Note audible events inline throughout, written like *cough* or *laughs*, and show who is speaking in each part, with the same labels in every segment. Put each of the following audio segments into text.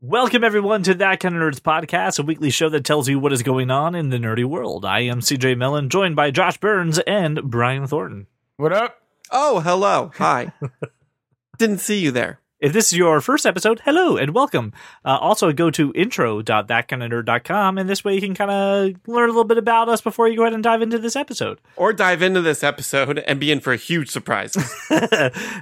Speaker 1: Welcome, everyone, to That Kind of Nerds podcast, a weekly show that tells you what is going on in the nerdy world. I am CJ Mellon, joined by Josh Burns and Brian Thornton.
Speaker 2: What up?
Speaker 3: Oh, hello. Hi. Didn't see you there.
Speaker 1: If this is your first episode, hello and welcome. Uh, also, go to intro.thatkindofnerd.com, and this way you can kind of learn a little bit about us before you go ahead and dive into this episode.
Speaker 3: Or dive into this episode and be in for a
Speaker 1: *laughs*
Speaker 3: huge surprise.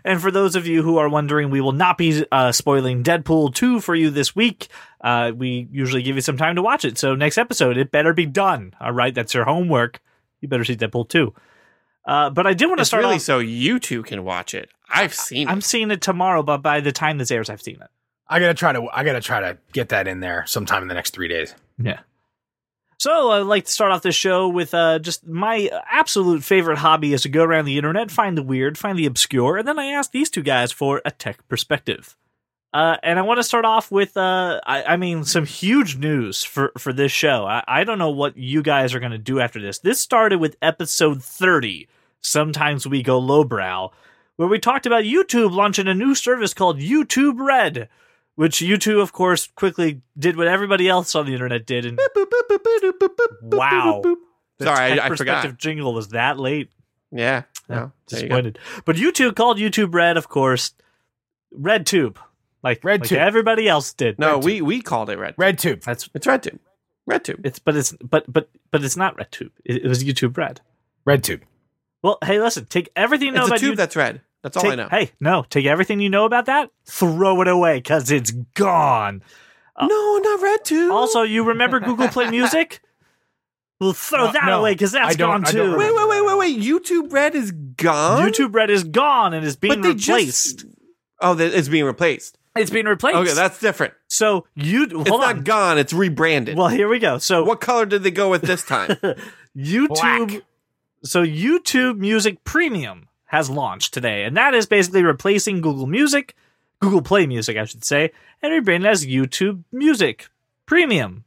Speaker 1: and for those of you who are wondering, we will not be uh, spoiling Deadpool 2 for you this week. Uh, we usually give you some time to watch it. So, next episode, it better be done. All right, that's your homework. You better see Deadpool 2. Uh, but I did want to
Speaker 3: it's
Speaker 1: start
Speaker 3: really
Speaker 1: off-
Speaker 3: so you two can watch it. I've seen
Speaker 1: I'm
Speaker 3: it.
Speaker 1: seeing it tomorrow, but by the time this airs, I've seen it.
Speaker 2: I gotta try to I gotta try to get that in there sometime in the next three days.
Speaker 1: Yeah. So I'd like to start off this show with uh, just my absolute favorite hobby is to go around the internet, find the weird, find the obscure, and then I ask these two guys for a tech perspective. Uh, and I want to start off with, uh, I, I mean, some huge news for, for this show. I, I don't know what you guys are going to do after this. This started with episode 30, Sometimes We Go Lowbrow, where we talked about YouTube launching a new service called YouTube Red, which YouTube, of course, quickly did what everybody else on the internet did and Wow. The
Speaker 3: Sorry, I-
Speaker 1: Tech
Speaker 3: I forgot.
Speaker 1: Perspective jingle was that late.
Speaker 3: Yeah. No, there you go.
Speaker 1: Disappointed. But YouTube called YouTube Red, of course, Red Tube. Like,
Speaker 2: Red
Speaker 1: like
Speaker 2: Tube.
Speaker 1: everybody else did.
Speaker 3: No, we, we called it Red.
Speaker 2: Red tube.
Speaker 1: That's
Speaker 3: It's Red Tube. Red Tube.
Speaker 1: it's but it's but but but it's not Red Tube. It, it was YouTube Red.
Speaker 2: Red tube.
Speaker 1: Well, hey, listen, take everything you know
Speaker 3: It's a
Speaker 1: about
Speaker 3: tube
Speaker 1: you-
Speaker 3: that's red. That's all
Speaker 1: take-
Speaker 3: I know.
Speaker 1: Hey, no, take everything you know about that, throw it away because it's gone.
Speaker 3: no, not Red Tube.
Speaker 1: Also, you remember Google Play Music? *laughs* Well, throw
Speaker 2: No,
Speaker 1: that
Speaker 2: no,
Speaker 1: away because that's
Speaker 2: I don't-
Speaker 1: gone
Speaker 2: I don't
Speaker 1: too.
Speaker 3: wait, wait, wait, wait, wait. YouTube Red is gone.
Speaker 1: YouTube Red is gone and is being
Speaker 3: but they
Speaker 1: replaced.
Speaker 3: Just, oh, that- it's being replaced.
Speaker 1: It's being replaced.
Speaker 3: Okay, that's different.
Speaker 1: so you hold
Speaker 3: It's not
Speaker 1: on.
Speaker 3: gone. It's rebranded.
Speaker 1: Well, here we go. So
Speaker 3: what color did they go with this time?
Speaker 1: YouTube,
Speaker 2: Black.
Speaker 1: so YouTube Music Premium has launched today, and that is basically replacing Google Music, Google Play Music, I should say, and rebranded as YouTube Music Premium.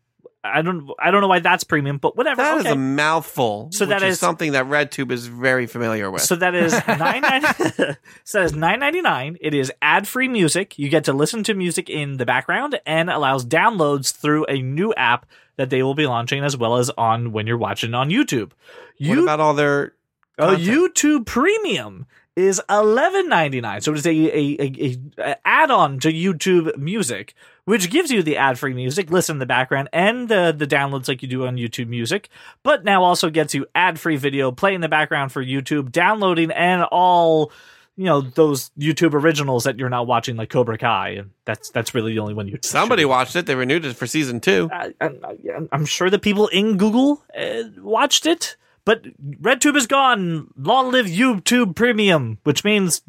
Speaker 1: I don't, I don't know why that's premium, but whatever.
Speaker 3: That is
Speaker 1: okay.
Speaker 3: a mouthful.
Speaker 1: So
Speaker 3: So
Speaker 1: that
Speaker 3: that is
Speaker 1: is-
Speaker 3: something that RedTube is very familiar with.
Speaker 1: So that
Speaker 3: *laughs*
Speaker 1: is nine ninety. *laughs* so that is nine ninety nine. It is ad free music. You get to listen to music in the background and allows downloads through a new app that they will be launching as well as on when you're watching on YouTube.
Speaker 3: what about all their?
Speaker 1: Oh,
Speaker 3: content?
Speaker 1: YouTube Premium is eleven ninety nine. So it's a a, a, a add on to YouTube Music, which gives you the ad free music, listen in the background, and the the downloads like you do on YouTube Music. But now also gets you ad free video, play in the background for YouTube, downloading, and all you know those YouTube originals that you're not watching, like Cobra Kai, and that's that's really the only one you
Speaker 3: Somebody watched it. They renewed it for season two.
Speaker 1: I, I, I'm sure the people in Google uh, watched it, but RedTube is gone. Long live YouTube Premium, which means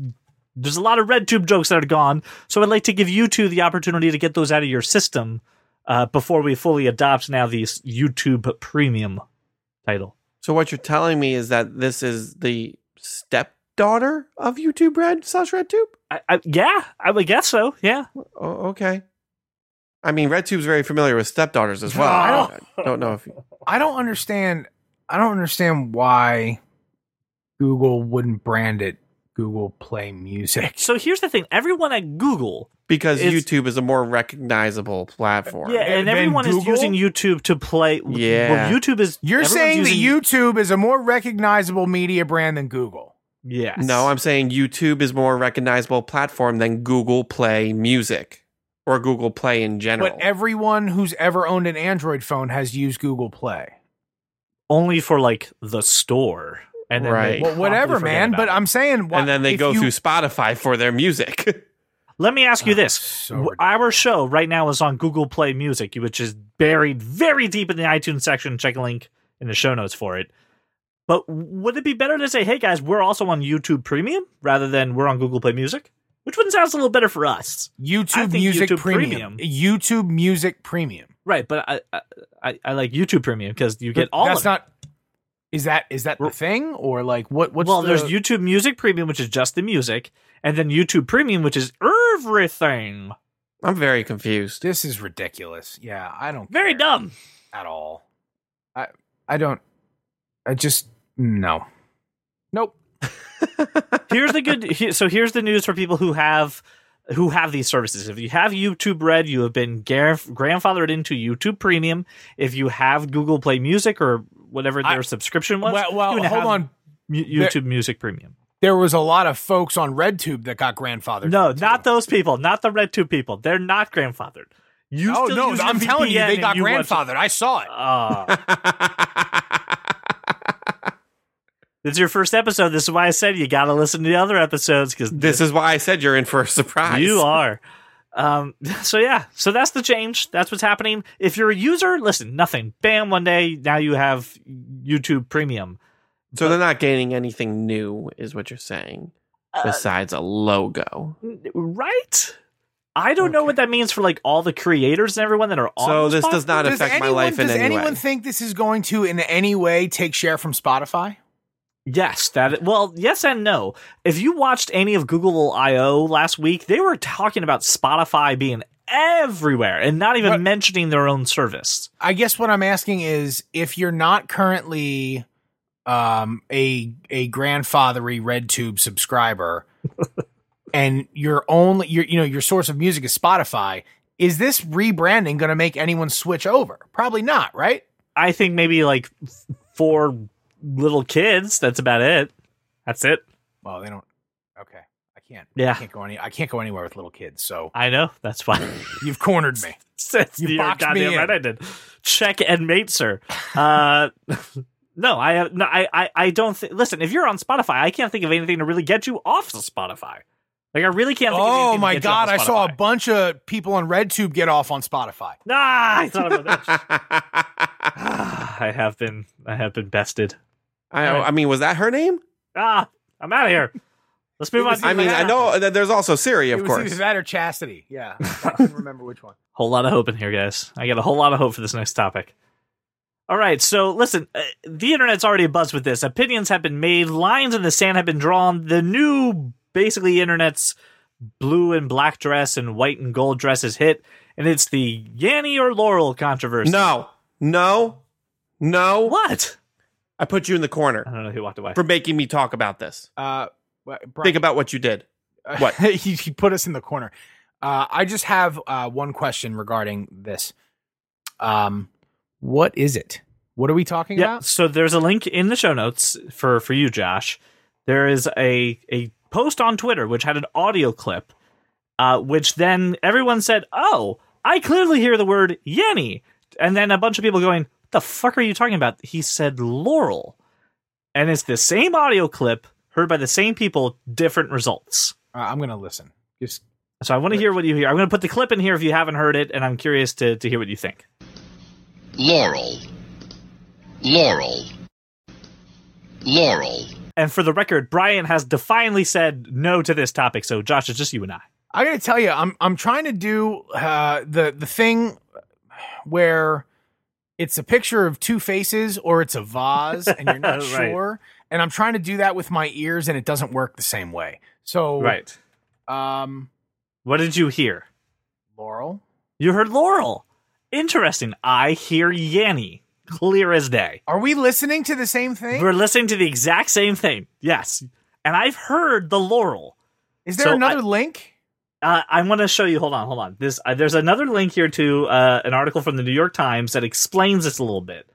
Speaker 1: there's a lot of RedTube jokes that are gone. So I'd like to give you two the opportunity to get those out of your system uh, before we fully adopt now the s- YouTube Premium title.
Speaker 3: So what you're telling me is that this is the stepdaughter of YouTube Red slash RedTube.
Speaker 1: I, I, yeah, I would guess so. Yeah.
Speaker 3: Oh, okay. I mean, RedTube's very familiar with stepdaughters as well. I don't, I don't know if
Speaker 2: I don't understand I don't understand why Google wouldn't brand it Google Play Music.
Speaker 1: So here's the thing everyone at Google
Speaker 3: because
Speaker 1: It's-
Speaker 3: YouTube is a more recognizable platform.
Speaker 1: yeah, and
Speaker 2: Than
Speaker 1: everyone is
Speaker 2: Google?
Speaker 1: using YouTube to play.
Speaker 3: Yeah.
Speaker 1: Well, YouTube is.
Speaker 2: You're
Speaker 1: everyone's
Speaker 2: saying that
Speaker 1: using,
Speaker 2: YouTube is a more recognizable media brand than Google.
Speaker 1: Yes.
Speaker 3: No, I'm saying YouTube is more recognizable platform than Google Play Music or Google Play in general.
Speaker 2: But everyone who's ever owned an Android phone has used Google Play.
Speaker 1: only for like the store and then
Speaker 3: Right.
Speaker 1: they
Speaker 2: Well, whatever,
Speaker 1: promptly forget
Speaker 2: man.
Speaker 1: about
Speaker 2: But
Speaker 1: it.
Speaker 2: I'm saying, why,
Speaker 3: and then they
Speaker 2: if
Speaker 3: go
Speaker 2: you-
Speaker 3: through Spotify for their music. *laughs*
Speaker 1: let me ask you
Speaker 2: Oh,
Speaker 1: this:
Speaker 2: so
Speaker 1: W-
Speaker 2: ridiculous.
Speaker 1: our show right now is on Google Play Music, which is buried very deep in the iTunes section. Check a link in the show notes for it. But would it be better to say, "Hey guys, we're also on YouTube Premium," rather than "We're on Google Play Music," which one sounds a little better for us, I
Speaker 2: YouTube
Speaker 1: think
Speaker 2: Music
Speaker 1: YouTube Premium.
Speaker 2: Premium. YouTube Music Premium.
Speaker 1: right? But I I, I, I like YouTube Premium because you get all
Speaker 2: That's
Speaker 1: of it.
Speaker 2: not. Is that is that the
Speaker 1: We're-
Speaker 2: thing or like what? What's
Speaker 1: well,
Speaker 2: the,
Speaker 1: there's YouTube Music Premium, which is just the music, and then YouTube Premium, which is everything.
Speaker 3: I'm very confused.
Speaker 2: This is ridiculous. Yeah, I don't.
Speaker 1: Very
Speaker 2: care
Speaker 1: dumb.
Speaker 2: at all. I I don't. I just no. Nope.
Speaker 1: here's the good. He, so here's the news for people who have who have these services. If you have YouTube Red, you have been gar- grandfathered into YouTube Premium. If you have Google Play Music or whatever their
Speaker 2: I-
Speaker 1: subscription was,
Speaker 2: Well, well
Speaker 1: you
Speaker 2: hold
Speaker 1: have
Speaker 2: on.
Speaker 1: Mu-
Speaker 2: There-
Speaker 1: YouTube Music Premium.
Speaker 2: There was a lot of folks on RedTube that got grandfathered.
Speaker 1: No,
Speaker 2: in, too.
Speaker 1: not those people, not the Red Tube people. They're not grandfathered. You
Speaker 2: Oh
Speaker 1: still
Speaker 2: no,
Speaker 1: use
Speaker 2: I'm
Speaker 1: your
Speaker 2: telling you,
Speaker 1: VPN
Speaker 2: they
Speaker 1: and
Speaker 2: got
Speaker 1: watch- *laughs*
Speaker 2: grandfathered. I saw it.
Speaker 1: Ah. This is your first episode. This is why I said you got to listen to the other episodes because
Speaker 3: this is why I said you're in for a surprise.
Speaker 1: you are. Um, *laughs* so yeah, so that's the change. That's what's happening. If you're a user, listen, nothing. Bam, one day now you have YouTube Premium.
Speaker 3: So they're not gaining anything new, is what you're saying,
Speaker 1: Uh,
Speaker 3: besides a
Speaker 1: *laughs*
Speaker 3: logo. *laughs*
Speaker 1: right? I don't know what that means for like all the creators and everyone that are on.
Speaker 3: So this
Speaker 1: Spotify.
Speaker 3: does not affect my life in
Speaker 2: does
Speaker 3: any
Speaker 2: anyone
Speaker 3: way.
Speaker 2: think this is going to in any way take share from Spotify?
Speaker 1: Yes, that well, yes and no. If you watched any of Google I/O last week, they were talking about Spotify being everywhere and not even
Speaker 2: What-
Speaker 1: mentioning their own service.
Speaker 2: I guess what I'm asking is if you're not currently um, a a grandfathery RedTube subscriber, and your only your you know your source of music is Spotify, is this rebranding going to make anyone switch over? Probably not, right?
Speaker 1: I think maybe like f- four little kids. That's about it. That's it.
Speaker 2: Well, they don't. Okay, I can't. I
Speaker 1: Yeah,
Speaker 2: can't go any. I can't go anywhere with little kids. So
Speaker 1: I know. That's why. *laughs*
Speaker 2: you've cornered me.
Speaker 1: Since
Speaker 2: You
Speaker 1: you
Speaker 2: boxed me
Speaker 1: goddamn
Speaker 2: in.
Speaker 1: right, I did. Check and mate, sir. Uh, *laughs* no, I have no. I I, I don't think. Listen, if you're on Spotify, I can't think of anything to really get you off of Spotify. Like I really can't. Think of anything
Speaker 2: Oh
Speaker 1: to
Speaker 2: my
Speaker 1: get you off
Speaker 2: god, I
Speaker 1: of
Speaker 2: saw a
Speaker 1: Spotify.
Speaker 2: bunch of people on RedTube get off on Spotify.
Speaker 1: Ah, I thought about that.
Speaker 3: I,
Speaker 2: *laughs*
Speaker 1: Ah, I have been. I have been bested.
Speaker 3: I mean, was that her name?
Speaker 1: Ah, I'm out of here. Let's move
Speaker 2: It
Speaker 1: on.
Speaker 2: was
Speaker 1: to
Speaker 3: I mean, I
Speaker 1: Atlanta.
Speaker 3: know that there's also Siri, of
Speaker 2: it was
Speaker 3: course.
Speaker 2: either that or Chastity. Yeah, I can't remember which one.
Speaker 1: Whole lot of hope in here, guys. I got a whole lot of hope for this next topic. All right, so listen, uh, the internet's already abuzz with this. Opinions have been made, lines in the sand have been drawn. The new, basically, internet's blue and black dress and white and gold dress is hit, and it's the Yanny or Laurel controversy.
Speaker 3: No, no, no.
Speaker 1: What?
Speaker 3: I put you in the
Speaker 1: I
Speaker 3: corner
Speaker 1: don't know who walked away.
Speaker 3: for making me talk about this.
Speaker 2: Uh, wha- Brian, uh,
Speaker 3: Think about what you did.
Speaker 2: *laughs*
Speaker 3: what?
Speaker 2: he, he put us in the corner. Uh, I just have uh, one question regarding this. Um, what is it? What are we talking
Speaker 1: Yeah.
Speaker 2: about?
Speaker 1: So there's a link in the show notes for for you, Josh. There is a a post on Twitter which had an audio clip, uh, which then everyone said, "Oh, I clearly hear the word Yenny," and then a bunch of people going, "What the fuck are you talking about?" He said Laurel, and it's the same audio clip heard by the same people, different results.
Speaker 2: Uh, I'm gonna listen. Just
Speaker 1: So I want to hear what you hear. I'm going to put the clip in here if you haven't heard it, and I'm curious to to hear what you think.
Speaker 4: Laurel. Laurel. Laurel.
Speaker 1: And for the record, Brian has defiantly said no to this topic. So Josh, it's just you and I.
Speaker 2: I gotta tell you, I'm I'm trying to do uh, the the thing where it's a picture of two faces or it's a vase, and you're not
Speaker 1: Right.
Speaker 2: sure. And I'm trying to do that with my ears, and it doesn't work the same way. So,
Speaker 1: Right.
Speaker 2: um,
Speaker 1: What did you hear?
Speaker 2: Laurel,
Speaker 1: You heard Laurel. Interesting. I hear Yanny. Clear as day.
Speaker 2: are we listening to the same thing?
Speaker 1: We're listening to the exact same thing. Yes. And I've heard the Laurel.
Speaker 2: Is there
Speaker 1: so
Speaker 2: another link?
Speaker 1: Uh, I want to show you. Hold on, hold on. This uh, there's another link here to uh, an article from the New York Times that explains this a little bit.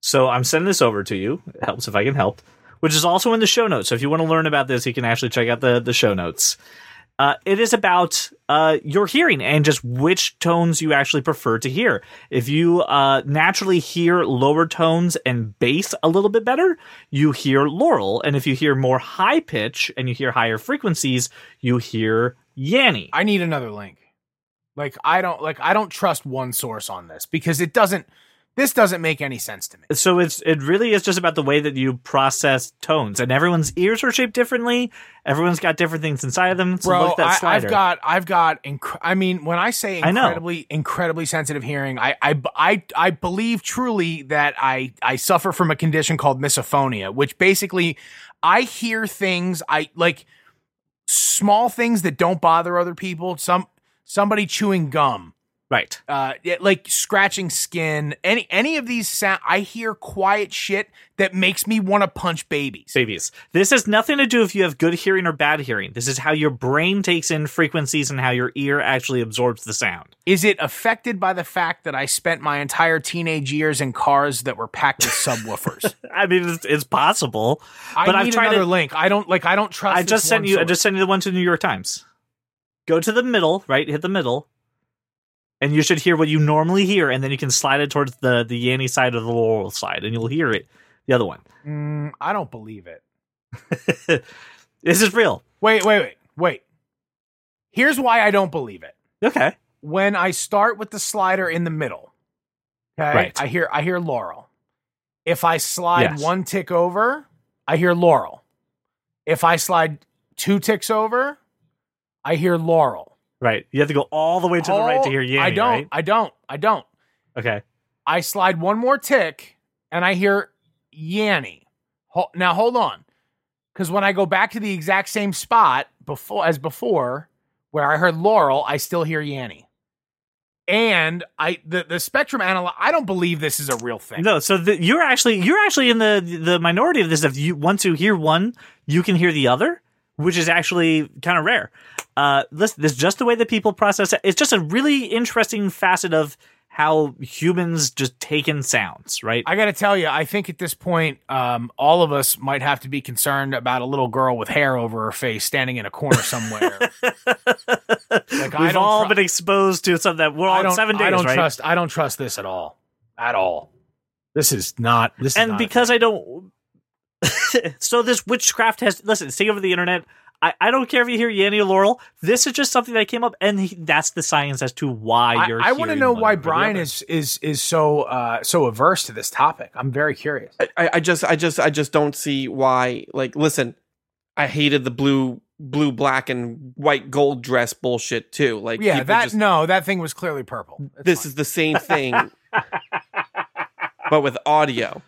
Speaker 1: So I'm sending this over to you. It helps if I can help, which is also in the show notes. So if you want to learn about this, you can actually check out the the show notes. Uh, it is about uh, your hearing and just which tones you actually prefer to hear. If you uh, naturally hear lower tones and bass a little bit better, you hear Laurel. And if you hear more high pitch and you hear higher frequencies, you hear Yanny.
Speaker 2: I need another link. Like I don't like I don't trust one source on this because it doesn't. This doesn't make any sense to me.
Speaker 1: so it's it really is just about the way that you process tones and everyone's ears are shaped differently everyone's got different things inside of them so
Speaker 2: Bro,
Speaker 1: look at that
Speaker 2: I,
Speaker 1: slider
Speaker 2: I've got, I've got. Inc- I mean, when I say
Speaker 1: I know.
Speaker 2: incredibly, incredibly sensitive hearing, I, I, I, I believe truly that I, I suffer from a condition called misophonia, which basically, I hear things, I like small things that don't bother other people. Some somebody chewing gum,
Speaker 1: Right.
Speaker 2: uh yeah, like scratching skin any any of these sound i hear quiet shit that makes me want to punch babies
Speaker 1: Babies. This has nothing to do if you have good hearing or bad hearing. This is how your brain takes in frequencies and how your ear actually absorbs the sound.
Speaker 2: is it affected by the fact that i spent my entire teenage years in cars that were packed
Speaker 1: *laughs*
Speaker 2: with subwoofers
Speaker 1: I mean, it's, it's possible.
Speaker 2: i
Speaker 1: But I've
Speaker 2: need
Speaker 1: tried
Speaker 2: another
Speaker 1: to-
Speaker 2: link i don't like i don't trust
Speaker 1: I
Speaker 2: this
Speaker 1: just sent
Speaker 2: one
Speaker 1: you. I
Speaker 2: source.
Speaker 1: just sent you the one to the New York Times. Go to the middle, right? Hit the middle, and you should hear what you normally hear, and then you can slide it towards the the Yanny side or the Laurel side, and you'll hear it. The other one.
Speaker 2: Mm, i don't believe it
Speaker 1: this is real.
Speaker 2: wait wait wait wait here's why i don't believe it
Speaker 1: Okay.
Speaker 2: when I start with the slider in the middle, okay,
Speaker 1: Right.
Speaker 2: I hear I hear Laurel. If I slide
Speaker 1: Yes.
Speaker 2: one tick over, I hear Laurel. If I slide two ticks over, I hear Laurel.
Speaker 1: Right. You have to go all the way to the right to hear
Speaker 2: Oh,
Speaker 1: Yanny.
Speaker 2: I don't.
Speaker 1: right?
Speaker 2: I don't. I don't.
Speaker 1: Okay.
Speaker 2: I slide one more tick and I hear Yanny. Ho- now hold on. Cuz when I go back to the exact same spot before as before where I heard Laurel, I still hear Yanny. And I the, the spectrum analog I don't believe this is a real thing.
Speaker 1: No. So the, you're actually you're actually in the the minority of this. If you once you hear one, you can hear the other, which is actually kind of rare. Uh, listen, this is just the way that people process it. It's just a really interesting facet of how humans just take in sounds, right?
Speaker 2: I got to tell you, I think at this point um, all of us might have to be concerned about a little girl with hair over her face standing in
Speaker 1: *laughs*
Speaker 2: a corner somewhere. Like, I
Speaker 1: We've
Speaker 2: don't
Speaker 1: all
Speaker 2: tru-
Speaker 1: been exposed to something that we're
Speaker 2: I
Speaker 1: all
Speaker 2: don't,
Speaker 1: seven days,
Speaker 2: I don't
Speaker 1: right?
Speaker 2: trust. I don't trust this at all. At all. This is not. This is
Speaker 1: and
Speaker 2: not-
Speaker 1: because I don't. *laughs* so this witchcraft has listen. It's taken over the internet. I, I don't care if you hear Yanny or Laurel. This is just something that came up, and he, that's the science as to why
Speaker 2: I,
Speaker 1: you're.
Speaker 2: I want to
Speaker 1: hearing
Speaker 2: know
Speaker 1: one
Speaker 2: why
Speaker 1: over the
Speaker 2: Brian
Speaker 1: other.
Speaker 2: is is is so uh so averse to this topic. I'm very curious.
Speaker 3: I, I I just I just I just don't see why like listen, I hated the blue blue black and white gold dress bullshit too. Like
Speaker 2: yeah,
Speaker 3: people
Speaker 2: that
Speaker 3: just-
Speaker 2: no, that thing was clearly purple. That's
Speaker 3: this
Speaker 2: fine.
Speaker 3: is the same thing but with audio.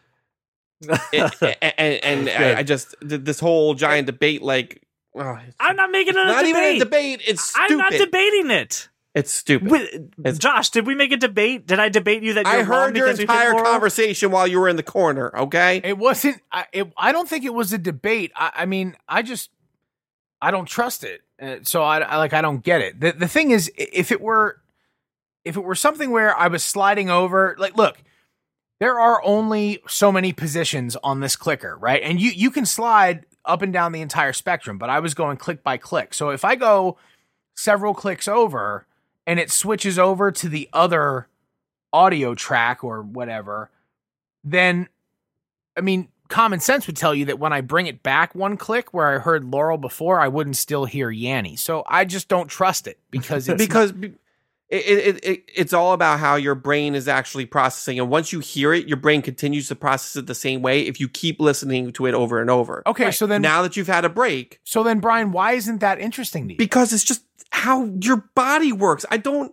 Speaker 3: It- a- a- and I, I just th- this whole giant debate like oh, it's
Speaker 1: I'm not making it a
Speaker 3: not
Speaker 1: debate.
Speaker 3: even a debate, it's stupid.
Speaker 1: I'm not debating it.
Speaker 3: it's stupid.
Speaker 1: With,
Speaker 3: It's-
Speaker 1: Josh, did we make a debate? Did I debate you that you're
Speaker 3: I
Speaker 1: wrong
Speaker 3: heard your
Speaker 1: because we think
Speaker 3: entire
Speaker 1: Laurel?
Speaker 3: conversation while you were in the corner, okay?
Speaker 2: it wasn't. I it, I don't think it was a debate. I, I mean, I just I don't trust it. Uh, so I, I like I don't get it. The the thing is, i- if it were if it were something where I was sliding over, like look. There are only so many positions on this clicker, right? And you you can slide up and down the entire spectrum, but I was going click by click. So if I go several clicks over and it switches over to the other audio track or whatever, then I mean, common sense would tell you that when I bring it back one click where I heard Laurel before, I wouldn't still hear Yanny. So I just don't trust it because it's
Speaker 3: because be- it, it, it, it's all about how your brain is actually processing and once you hear it your brain continues to process it the same way if you keep listening to it over and over
Speaker 2: Okay, so then
Speaker 3: now that you've had a break
Speaker 2: so then Brian, why isn't that interesting to you?
Speaker 3: because it's just how your body works i don't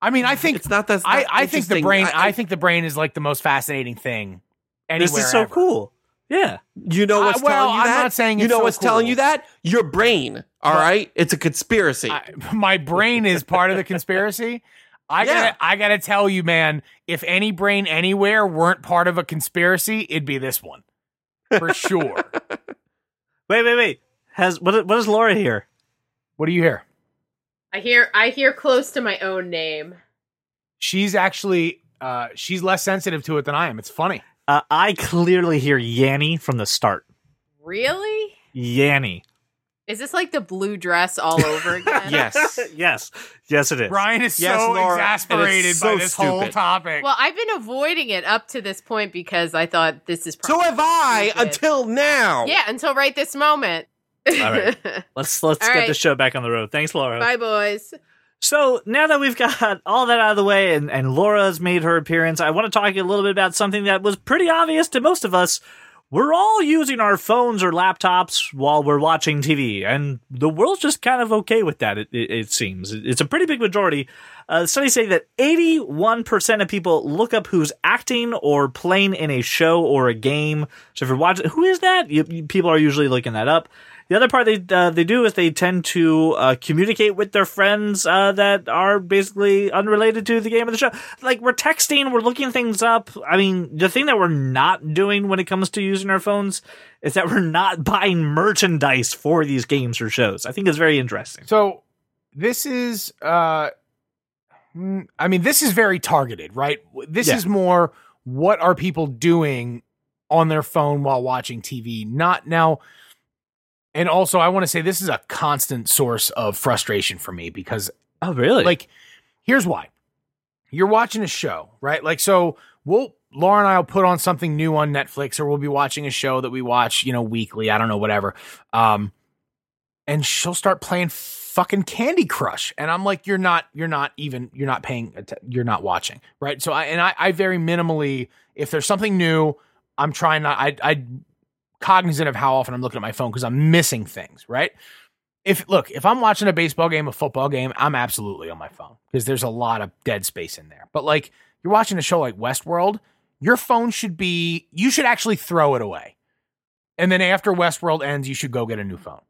Speaker 2: I mean, I think
Speaker 3: it's not that
Speaker 2: I, I think the
Speaker 3: interesting.
Speaker 2: brain I, think the brain is like the most fascinating thing anywhere.
Speaker 1: This is so
Speaker 2: ever.
Speaker 1: cool. Yeah.
Speaker 3: you know
Speaker 2: I-
Speaker 3: what's
Speaker 2: well,
Speaker 3: telling you
Speaker 2: I'm
Speaker 3: that
Speaker 2: not saying
Speaker 3: you
Speaker 2: it's
Speaker 3: know
Speaker 2: so
Speaker 3: what's telling
Speaker 2: cool.
Speaker 3: you that your brain All
Speaker 2: But-
Speaker 3: right, it's a conspiracy
Speaker 2: I, *laughs* my brain is part of the conspiracy. I
Speaker 3: Yeah.
Speaker 2: gotta, I gotta tell you, man. If any brain anywhere weren't part of a conspiracy, it'd be this one for
Speaker 3: *laughs*
Speaker 2: sure.
Speaker 1: Wait, wait, wait. Has what? What is Laura here?
Speaker 2: What do you hear?
Speaker 5: I hear I hear close to my own name.
Speaker 2: She's actually, uh, she's less sensitive to it than I am. It's funny.
Speaker 1: Uh, I clearly hear Yanny from the start.
Speaker 5: Really?
Speaker 1: Yanny.
Speaker 5: Is this like the blue dress all over again?
Speaker 3: yes
Speaker 1: *laughs* yes. Yes, it is.
Speaker 2: *laughs* Brian is
Speaker 3: Yes,
Speaker 2: so
Speaker 3: Laura, and
Speaker 2: exasperated
Speaker 3: it's
Speaker 2: by
Speaker 3: so
Speaker 2: this whole
Speaker 3: stupid.
Speaker 2: topic.
Speaker 5: Well, I've been avoiding it up to this point because I thought this is.
Speaker 3: so
Speaker 5: probably
Speaker 3: have i
Speaker 5: stupid.
Speaker 3: until now
Speaker 5: yeah, until right this moment.
Speaker 1: All right. Let's let's
Speaker 5: All
Speaker 1: get the
Speaker 5: right.
Speaker 1: show back on the road. Thanks, Laura.
Speaker 5: *laughs* Bye, boys.
Speaker 1: So now that we've got *laughs* all that out of the way and, and Laura's made her appearance, I want to talk a little bit about something that was pretty obvious to most of us. We're all using our phones or laptops while we're watching TV, and the world's just kind of okay with that, it, it, it seems. It's a pretty big majority. Uh, studies say that 81% of people look up who's acting or playing in a show or a game. So if you're watching, who is that? You, you- people are usually looking that up. The other part they uh, they do is they tend to uh, communicate with their friends uh, that are basically unrelated to the game of the show. Like we're texting, we're looking things up. I mean, the thing that we're not doing when it comes to using our phones is that we're not *laughs* buying merchandise for these games or shows. I think it's very interesting.
Speaker 2: So this is uh mm, I mean this is very targeted, right? W- This
Speaker 1: Yeah.
Speaker 2: is more what are people doing on their phone while watching TV? Not now and also I want to say this is a constant source of frustration for me because
Speaker 1: Oh, really? Like,
Speaker 2: like here's why. You're watching a show, right? Like so we'll Laura and I'll put on something new on Netflix or we'll be watching a show that we watch, you know, weekly, I don't know, whatever. Um and she'll start playing fucking Candy Crush and I'm like you're not you're not even you're not paying atten- you're not watching, right? So I and I I very minimally if there's something new, I'm trying not I I cognizant of how often I'm looking at my phone cuz I'm missing things, right? if look, if I'm watching a baseball game, a football game, I'm absolutely on my phone because there's a lot of dead space in there. But like you're watching a show like Westworld, your phone should be you should actually throw it away. And then after Westworld ends, you should go get a new phone.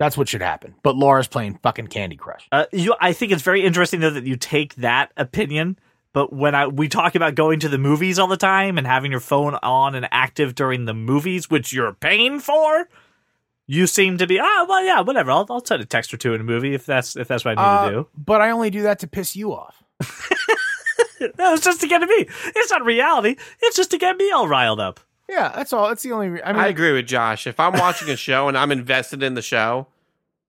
Speaker 2: That's what should happen. But Laura's playing fucking Candy Crush.
Speaker 1: uh, you, I think it's very interesting though that you take that opinion. But when I we talk about going to the movies all the time and having your phone on and active during the movies, which you're paying for, you seem to be ah well yeah whatever I'll I'll send a text or two in a movie if that's if that's what I need
Speaker 2: Uh,
Speaker 1: to
Speaker 2: But I only do that to piss you off.
Speaker 1: do. No, it's just to get me. It's not reality. It's just to get me all riled up.
Speaker 2: Yeah, that's all. That's the only. Re- I mean,
Speaker 3: I agree with Josh. If I'm watching a show and I'm invested in the show,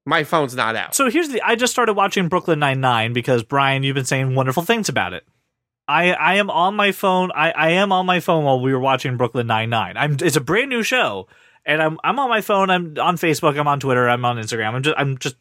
Speaker 3: my phone's not out.
Speaker 1: So here's the I just started watching Brooklyn Nine Nine because Brian, you've been saying wonderful things about it. I I am on my phone. I, I am on my phone while we were watching Brooklyn Nine Nine. I'm it's a brand new show, and I'm I'm on my phone. I'm on Facebook. I'm on Twitter. I'm on Instagram. I'm just I'm just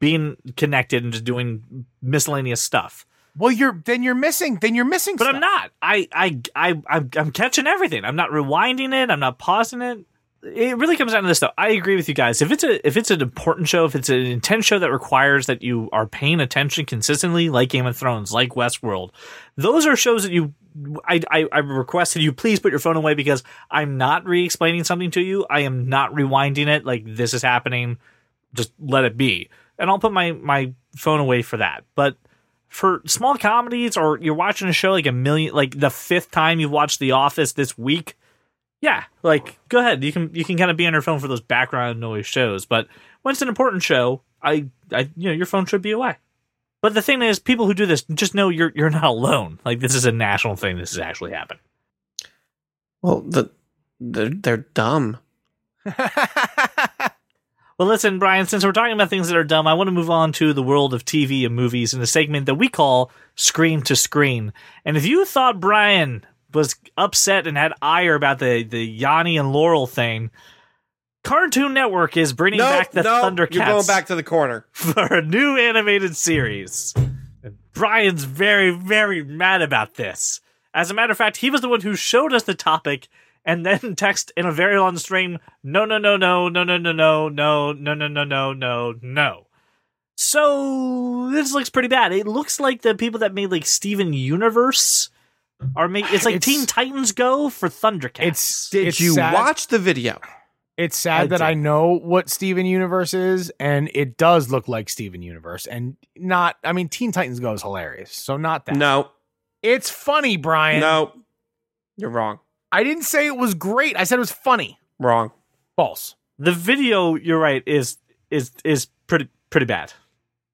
Speaker 1: being connected and just doing miscellaneous stuff.
Speaker 2: well, you're then you're missing. Then you're missing.
Speaker 1: But
Speaker 2: stuff.
Speaker 1: I'm not. I I I I'm, I'm catching everything. I'm not rewinding it. I'm not pausing it. It really comes down to this though. I agree with you guys. If it's a if it's an important show, if it's an intense show that requires that you are paying attention consistently, like Game of Thrones, like Westworld, those are shows that you. I, I, I requested you please put your phone away because I'm not re-explaining something to you. I am not rewinding it. Like this is happening. Just let it be, and I'll put my my phone away for that. But for small comedies or you're watching a show like a million like the fifth time you've watched The Office this week, yeah, like go ahead. You can you can kind of be on your phone for those background noise shows, but when it's an important show, I I you know, your phone should be away. But the thing is people who do this just know you're you're not alone. Like this is a national thing this is actually happening.
Speaker 3: Well, the they're, they're dumb.
Speaker 2: *laughs*
Speaker 1: Well, listen, Brian, since we're talking about things that are dumb, I want to move on to the world of TV and movies in a segment that we call Screen to Screen. And if you thought Brian was upset and had ire about the, the Yanni and Laurel thing, Cartoon Network is bringing back the Thundercats
Speaker 3: You're going back to the corner.
Speaker 1: for a new animated series. And Brian's very, very mad about this. As a matter of fact, he was the one who showed us the topic and then *laughs* text in a very long stream, no, no, no, no, no, no, no, no, no, no, no, no, no, no, no. So this looks pretty bad. It looks like the people that made like Steven Universe are making it's like
Speaker 2: It's-
Speaker 1: Teen Titans Go for Thundercats.
Speaker 2: It's-
Speaker 3: Did
Speaker 2: It's
Speaker 3: you
Speaker 2: sad.
Speaker 3: watch the video?
Speaker 2: It's sad
Speaker 1: I
Speaker 2: that
Speaker 1: did.
Speaker 2: I know what Steven Universe is, and it does look like Steven Universe, and not. I mean, Teen Titans Go is hilarious, so not that.
Speaker 3: No,
Speaker 2: it's funny, Brian.
Speaker 3: no, you're wrong.
Speaker 2: I didn't say it was great. I said it was funny.
Speaker 3: Wrong. *laughs*
Speaker 2: False.
Speaker 1: the video you're right is is is pretty pretty bad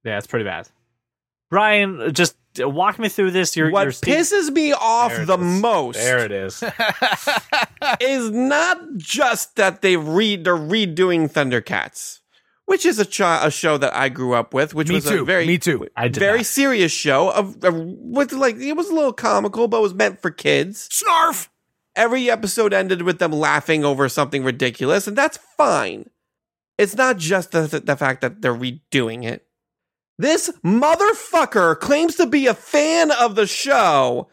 Speaker 1: yeah it's pretty bad brian just walk me through this you're,
Speaker 3: what
Speaker 1: you're Steve-
Speaker 3: pisses me off
Speaker 1: There it
Speaker 3: the
Speaker 1: is.
Speaker 3: most
Speaker 1: there it
Speaker 2: *laughs*
Speaker 1: is
Speaker 3: is not just that they read they're redoing Thundercats, which is a chi- a show that I grew up with, which
Speaker 2: me
Speaker 3: was
Speaker 2: too.
Speaker 3: a very
Speaker 2: me too.
Speaker 1: i did
Speaker 3: very
Speaker 1: not.
Speaker 3: serious show of, of with like it was a little comical, but it was meant for kids.
Speaker 2: Snarf.
Speaker 3: every episode ended with them laughing over something ridiculous, and that's fine. It's not just the, the fact that they're redoing it. This motherfucker claims to be a fan of the show,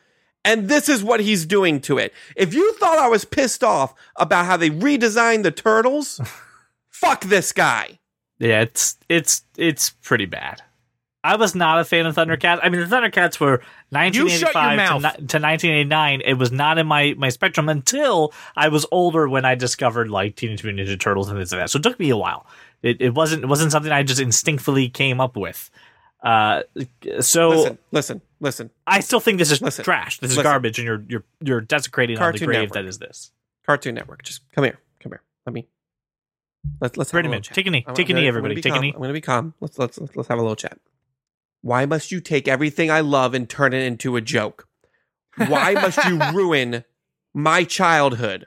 Speaker 3: and this is what he's doing to it. If you thought I was pissed off about how they redesigned the turtles, fuck this guy.
Speaker 1: yeah it's it's it's pretty bad i was not a fan of thundercats i mean the thundercats were
Speaker 2: You shut your
Speaker 1: 1985 to,
Speaker 2: mouth.
Speaker 1: ni- to 1989 it was not in my my spectrum until i was older when i discovered like teenage mutant ninja turtles and things like that so it took me a while It, it wasn't it wasn't something I just instinctively came up with. Uh, so
Speaker 3: Listen, listen, listen.
Speaker 1: I still think this is
Speaker 3: Listen.
Speaker 1: trash. This is
Speaker 3: Listen.
Speaker 1: garbage, and you're you're you're desecrating on the
Speaker 3: Cartoon
Speaker 1: grave
Speaker 3: Network.
Speaker 1: that is this.
Speaker 3: Cartoon Network, just come here, come here. Let me. Let's let's have
Speaker 1: Pretty
Speaker 3: a little
Speaker 1: much.
Speaker 3: chat.
Speaker 1: Take a knee.
Speaker 3: I'm-
Speaker 1: Take a
Speaker 3: I'm gonna-
Speaker 1: knee,
Speaker 3: I'm gonna
Speaker 1: everybody.
Speaker 3: be
Speaker 1: Take a
Speaker 3: calm.
Speaker 1: knee.
Speaker 3: I'm gonna be calm. Let's let's let's, let's have a little chat. Why must you take everything I love and turn it into a joke? Why must
Speaker 1: *laughs*
Speaker 3: you ruin my childhood?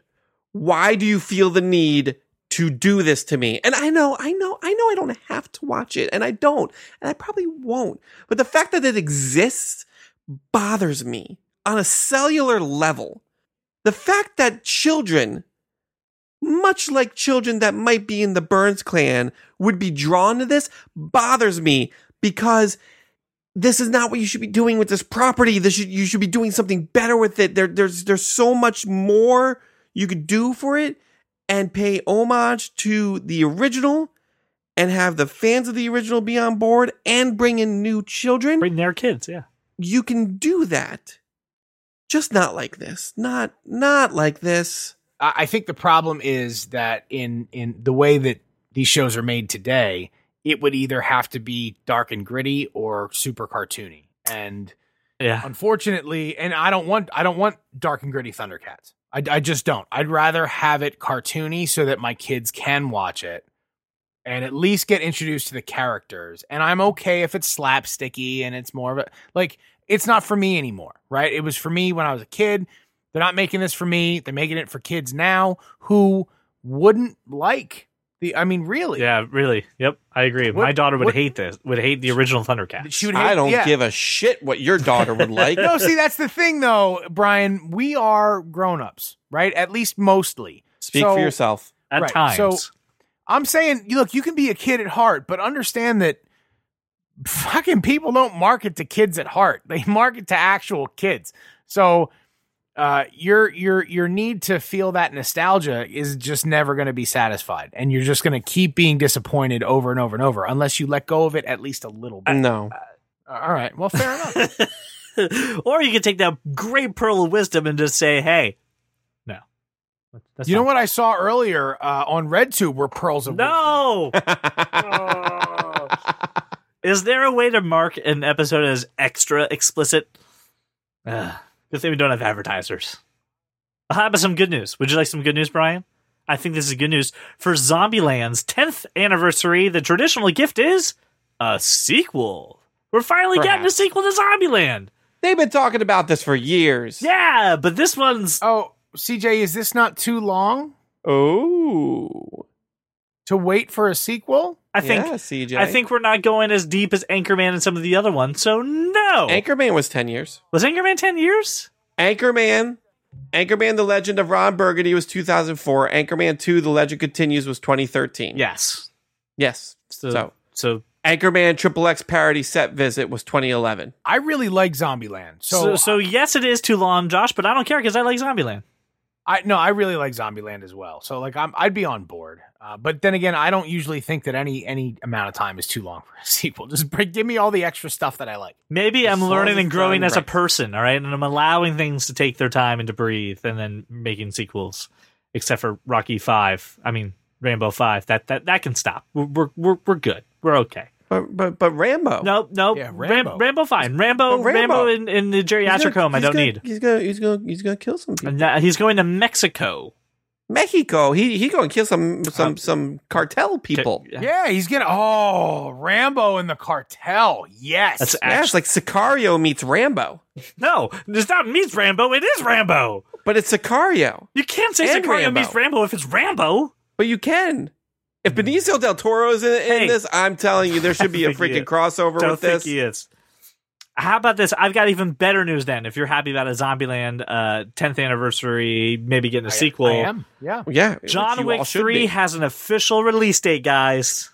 Speaker 3: Why do you feel the need to do this to me? And I know, I know, I know I don't have to watch it, and I don't, and I probably won't. But the fact that it exists bothers me on a cellular level. The fact that children, much like children that might be in the Burns clan, would be drawn to this bothers me because this is not what you should be doing with this property. This should, you should be doing something better with it. There, there's there's so much more you could do for it and pay homage to the original and have the fans of the original be on board and bring in new children
Speaker 1: Bring their kids. Yeah.
Speaker 3: you can do that just not like this not not like this
Speaker 2: I I think the problem is that in in the way that these shows are made today, it would either have to be dark and gritty or super cartoony. And
Speaker 1: Yeah.
Speaker 2: unfortunately, and I don't want I don't want dark and gritty Thundercats. I, I just don't. I'd rather have it cartoony so that my kids can watch it and at least get introduced to the characters. And I'm okay if it's slapsticky and it's more of a like it's not for me anymore, right? It was for me when I was a kid. They're not making this for me. They're making it for kids now who wouldn't like the I mean really.
Speaker 1: Yeah. Really. Yep. I agree.
Speaker 2: What-
Speaker 1: My daughter would
Speaker 2: what-
Speaker 1: hate this. Would hate the original Thundercats.
Speaker 2: She would hate,
Speaker 3: i don't
Speaker 2: yeah.
Speaker 3: give a shit what your daughter would
Speaker 1: *laughs*
Speaker 3: like
Speaker 2: no, see, that's the thing, though, Brian. We are grown ups, right? At least mostly.
Speaker 3: speak
Speaker 2: So,
Speaker 3: for yourself
Speaker 1: At
Speaker 2: right,
Speaker 1: times.
Speaker 2: so- I'm saying, you- look, you can be a kid at heart, but understand that fucking people don't market to kids at heart. *laughs* They market to actual kids. So uh, your your your need to feel that nostalgia is just never going to be satisfied, and you're just going to keep being disappointed over and over and over, unless you let go of it at least a little bit.
Speaker 1: *laughs*
Speaker 3: no
Speaker 2: All right, well, fair enough.
Speaker 1: *laughs* or you could take that great pearl of wisdom and just say, "Hey, no." That's- that's
Speaker 2: you know
Speaker 1: not-
Speaker 2: what I saw earlier uh, on RedTube were pearls of wisdom.
Speaker 1: No. Oh. Is there a way to mark an episode as extra explicit? Ugh, good thing we don't have advertisers. How about some good news? Would you like some good news, Brian? I think this is good news for Zombieland's 10th anniversary. The traditional gift is a sequel. We're finally getting a
Speaker 3: Perhaps.
Speaker 1: sequel to Zombieland.
Speaker 3: they've been talking about this for years
Speaker 1: Yeah, but this one's
Speaker 2: Oh, CJ, is this not too long
Speaker 3: oh
Speaker 2: to wait for a sequel?
Speaker 1: I think
Speaker 3: yeah, cj
Speaker 1: I think we're not going as deep as Anchorman and some of the other ones. So no.
Speaker 3: anchorman was 10 years
Speaker 1: Was Anchorman 10 years?
Speaker 3: anchorman anchorman the legend of ron burgundy was 2004 anchorman 2 the legend continues was 2013
Speaker 1: Yes.
Speaker 3: yes
Speaker 1: So so,
Speaker 3: So- anchorman triple x parody set visit was 2011
Speaker 2: I really like Zombieland.
Speaker 1: so
Speaker 2: So,
Speaker 1: so yes it is too long, Josh, but I don't care cuz I like Zombieland.
Speaker 2: I no, I really like Zombieland as well. So like I'm I'd be on board. Uh, but then again, I don't usually think that any any amount of time is too long for a *laughs* sequel. Just bring, give me all the extra stuff that I like.
Speaker 1: Maybe
Speaker 3: As
Speaker 1: I'm
Speaker 3: long
Speaker 1: learning
Speaker 3: as
Speaker 1: and
Speaker 3: it's
Speaker 1: growing
Speaker 3: done
Speaker 1: as a
Speaker 3: right.
Speaker 1: person, all right? And I'm allowing things to take their time and to breathe and then making sequels except for Rocky 5. I mean, Rambo 5. That that that can stop. We're we're we're, we're good. We're okay.
Speaker 3: but but but rambo
Speaker 1: Nope, nope.
Speaker 2: Yeah,
Speaker 1: Rambo.
Speaker 2: Rambo.
Speaker 1: Ram, Rambo fine. Rambo,
Speaker 3: But
Speaker 1: Rambo
Speaker 3: Oh, Rambo-
Speaker 1: in, in the
Speaker 3: He's
Speaker 1: geriatric
Speaker 3: gonna-
Speaker 1: home I
Speaker 3: he's
Speaker 1: don't
Speaker 3: gonna-
Speaker 1: need.
Speaker 3: He's gonna he's gonna he's gonna kill some people.
Speaker 1: And now he's going to Mexico.
Speaker 3: Mexico. He he gonna kill some some some cartel people.
Speaker 1: Uh, Yeah.
Speaker 2: Yeah, he's gonna oh Rambo and the cartel. Yes.
Speaker 1: That's
Speaker 3: Yeah, it's
Speaker 1: actually
Speaker 3: like Sicario meets Rambo,
Speaker 1: no. It's not meets Rambo. It is Rambo.
Speaker 3: but it's Sicario.
Speaker 1: You can't say
Speaker 3: And
Speaker 1: Sicario
Speaker 3: Rambo.
Speaker 1: meets Rambo if it's Rambo.
Speaker 3: But you can. If Benicio del Toro is in, in
Speaker 1: Hmm. Hey.
Speaker 3: this, I'm telling you, there should be
Speaker 1: *laughs*
Speaker 3: a
Speaker 1: Don't think he
Speaker 3: freaking
Speaker 1: is.
Speaker 3: crossover
Speaker 1: Don't
Speaker 3: with
Speaker 1: think
Speaker 3: this.
Speaker 1: he is. How about this? I've got even better news then. If you're happy about a Zombieland uh, 10th anniversary, maybe getting a
Speaker 2: I-
Speaker 1: sequel.
Speaker 2: I am. Yeah.
Speaker 3: Yeah, which
Speaker 1: John
Speaker 3: you all
Speaker 1: Wick
Speaker 3: should
Speaker 1: 3
Speaker 3: be.
Speaker 1: has an official release date, guys.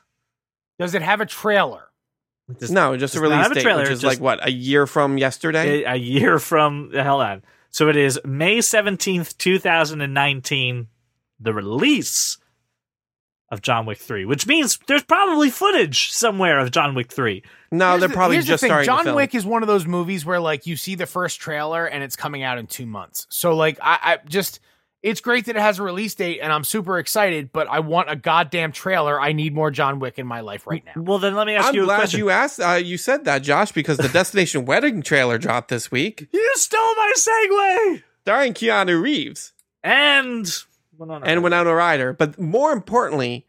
Speaker 2: Does it have a trailer?
Speaker 3: no, just
Speaker 1: does
Speaker 3: a
Speaker 1: not
Speaker 3: release
Speaker 1: have a
Speaker 3: date,
Speaker 1: trailer,
Speaker 3: which is
Speaker 1: just-
Speaker 3: like what a year from yesterday.
Speaker 1: A, a year from. Hold on. So it is May 17th, 2019, the release of John Wick 3, which means there's probably footage somewhere of John Wick 3.
Speaker 3: no,
Speaker 2: Here's
Speaker 3: they're
Speaker 2: the-
Speaker 3: probably
Speaker 2: here's the
Speaker 3: just
Speaker 2: thing.
Speaker 3: starting.
Speaker 2: John
Speaker 3: the film.
Speaker 2: Wick is one of those movies where like you see the first trailer and it's coming out in two months. So like I, I just It's great that it has a release date and I'm super excited, but I want a goddamn trailer. I need more John Wick in my life right now.
Speaker 1: Well, then let me ask
Speaker 3: I'm
Speaker 1: you a
Speaker 3: glad
Speaker 1: question.
Speaker 3: you asked. Uh, you said that, Josh, because
Speaker 1: *laughs*
Speaker 3: the Destination Wedding trailer dropped this week,
Speaker 1: You stole my segue.
Speaker 3: starring Keanu Reeves
Speaker 1: And Winona
Speaker 3: and Winona Ryder. But more importantly,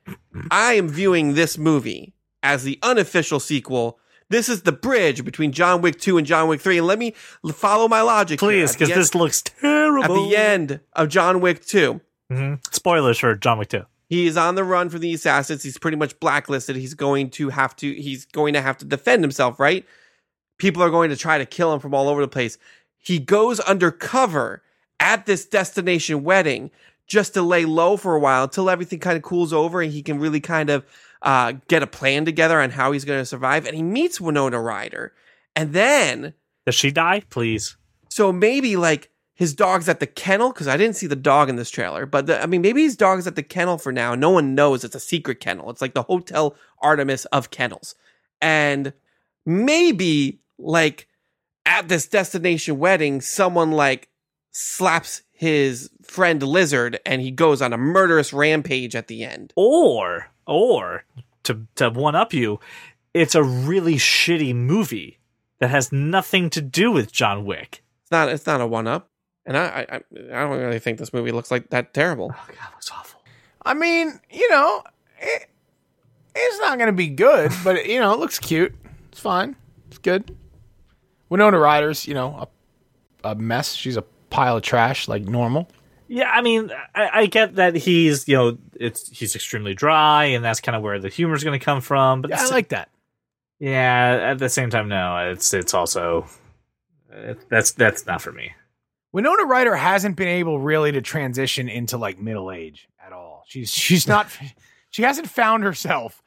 Speaker 3: I am viewing this movie as the unofficial sequel. This is the bridge between John Wick 2 and John Wick 3. And let me l- follow my logic. here.
Speaker 1: please,
Speaker 3: At the
Speaker 1: because
Speaker 3: end-
Speaker 1: this looks terrible.
Speaker 3: At the end of John Wick 2,
Speaker 1: Mhm. spoilers for John Wick Two.
Speaker 3: He is on the run from the assassins. He's pretty much blacklisted. He's going to have to he's going to have to defend himself, right? People are going to try to kill him from all over the place. He goes undercover at this destination wedding just to lay low for a while until everything kind of cools over and he can really kind of uh, get a plan together on how he's going to survive. And he meets Winona Ryder. And then
Speaker 1: Does she die? Please.
Speaker 3: so maybe like his dog's at the kennel because I didn't see the dog in this trailer. But the, I mean, maybe his dog's at the kennel for now. No one knows it's a secret kennel. It's like the Hotel Artemis of kennels, and maybe like at this destination wedding, someone like slaps his friend lizard and he goes on a murderous rampage at the end.
Speaker 1: Or or to to one up you, it's a really shitty movie that has nothing to do with John Wick.
Speaker 3: It's not. It's not a one up. And I, I, I I don't really think this movie looks like that terrible.
Speaker 1: Oh god, that's awful.
Speaker 2: I mean, you know, it, it's not going to be good, but you know, it looks cute. It's fine. It's good. Winona Ryder's, you know, a, a mess. She's a pile of trash like normal.
Speaker 1: Yeah, I mean, I, I get that he's you know it's he's extremely dry, and that's kind of where the humor's going to come from. But
Speaker 2: Yeah,
Speaker 1: at
Speaker 2: I
Speaker 1: the
Speaker 2: like that.
Speaker 1: Yeah, at the same time, no, it's it's also uh, that's that's not for me.
Speaker 2: Winona Ryder hasn't been able really to transition into like middle age at all. She's she's not *laughs* she hasn't found herself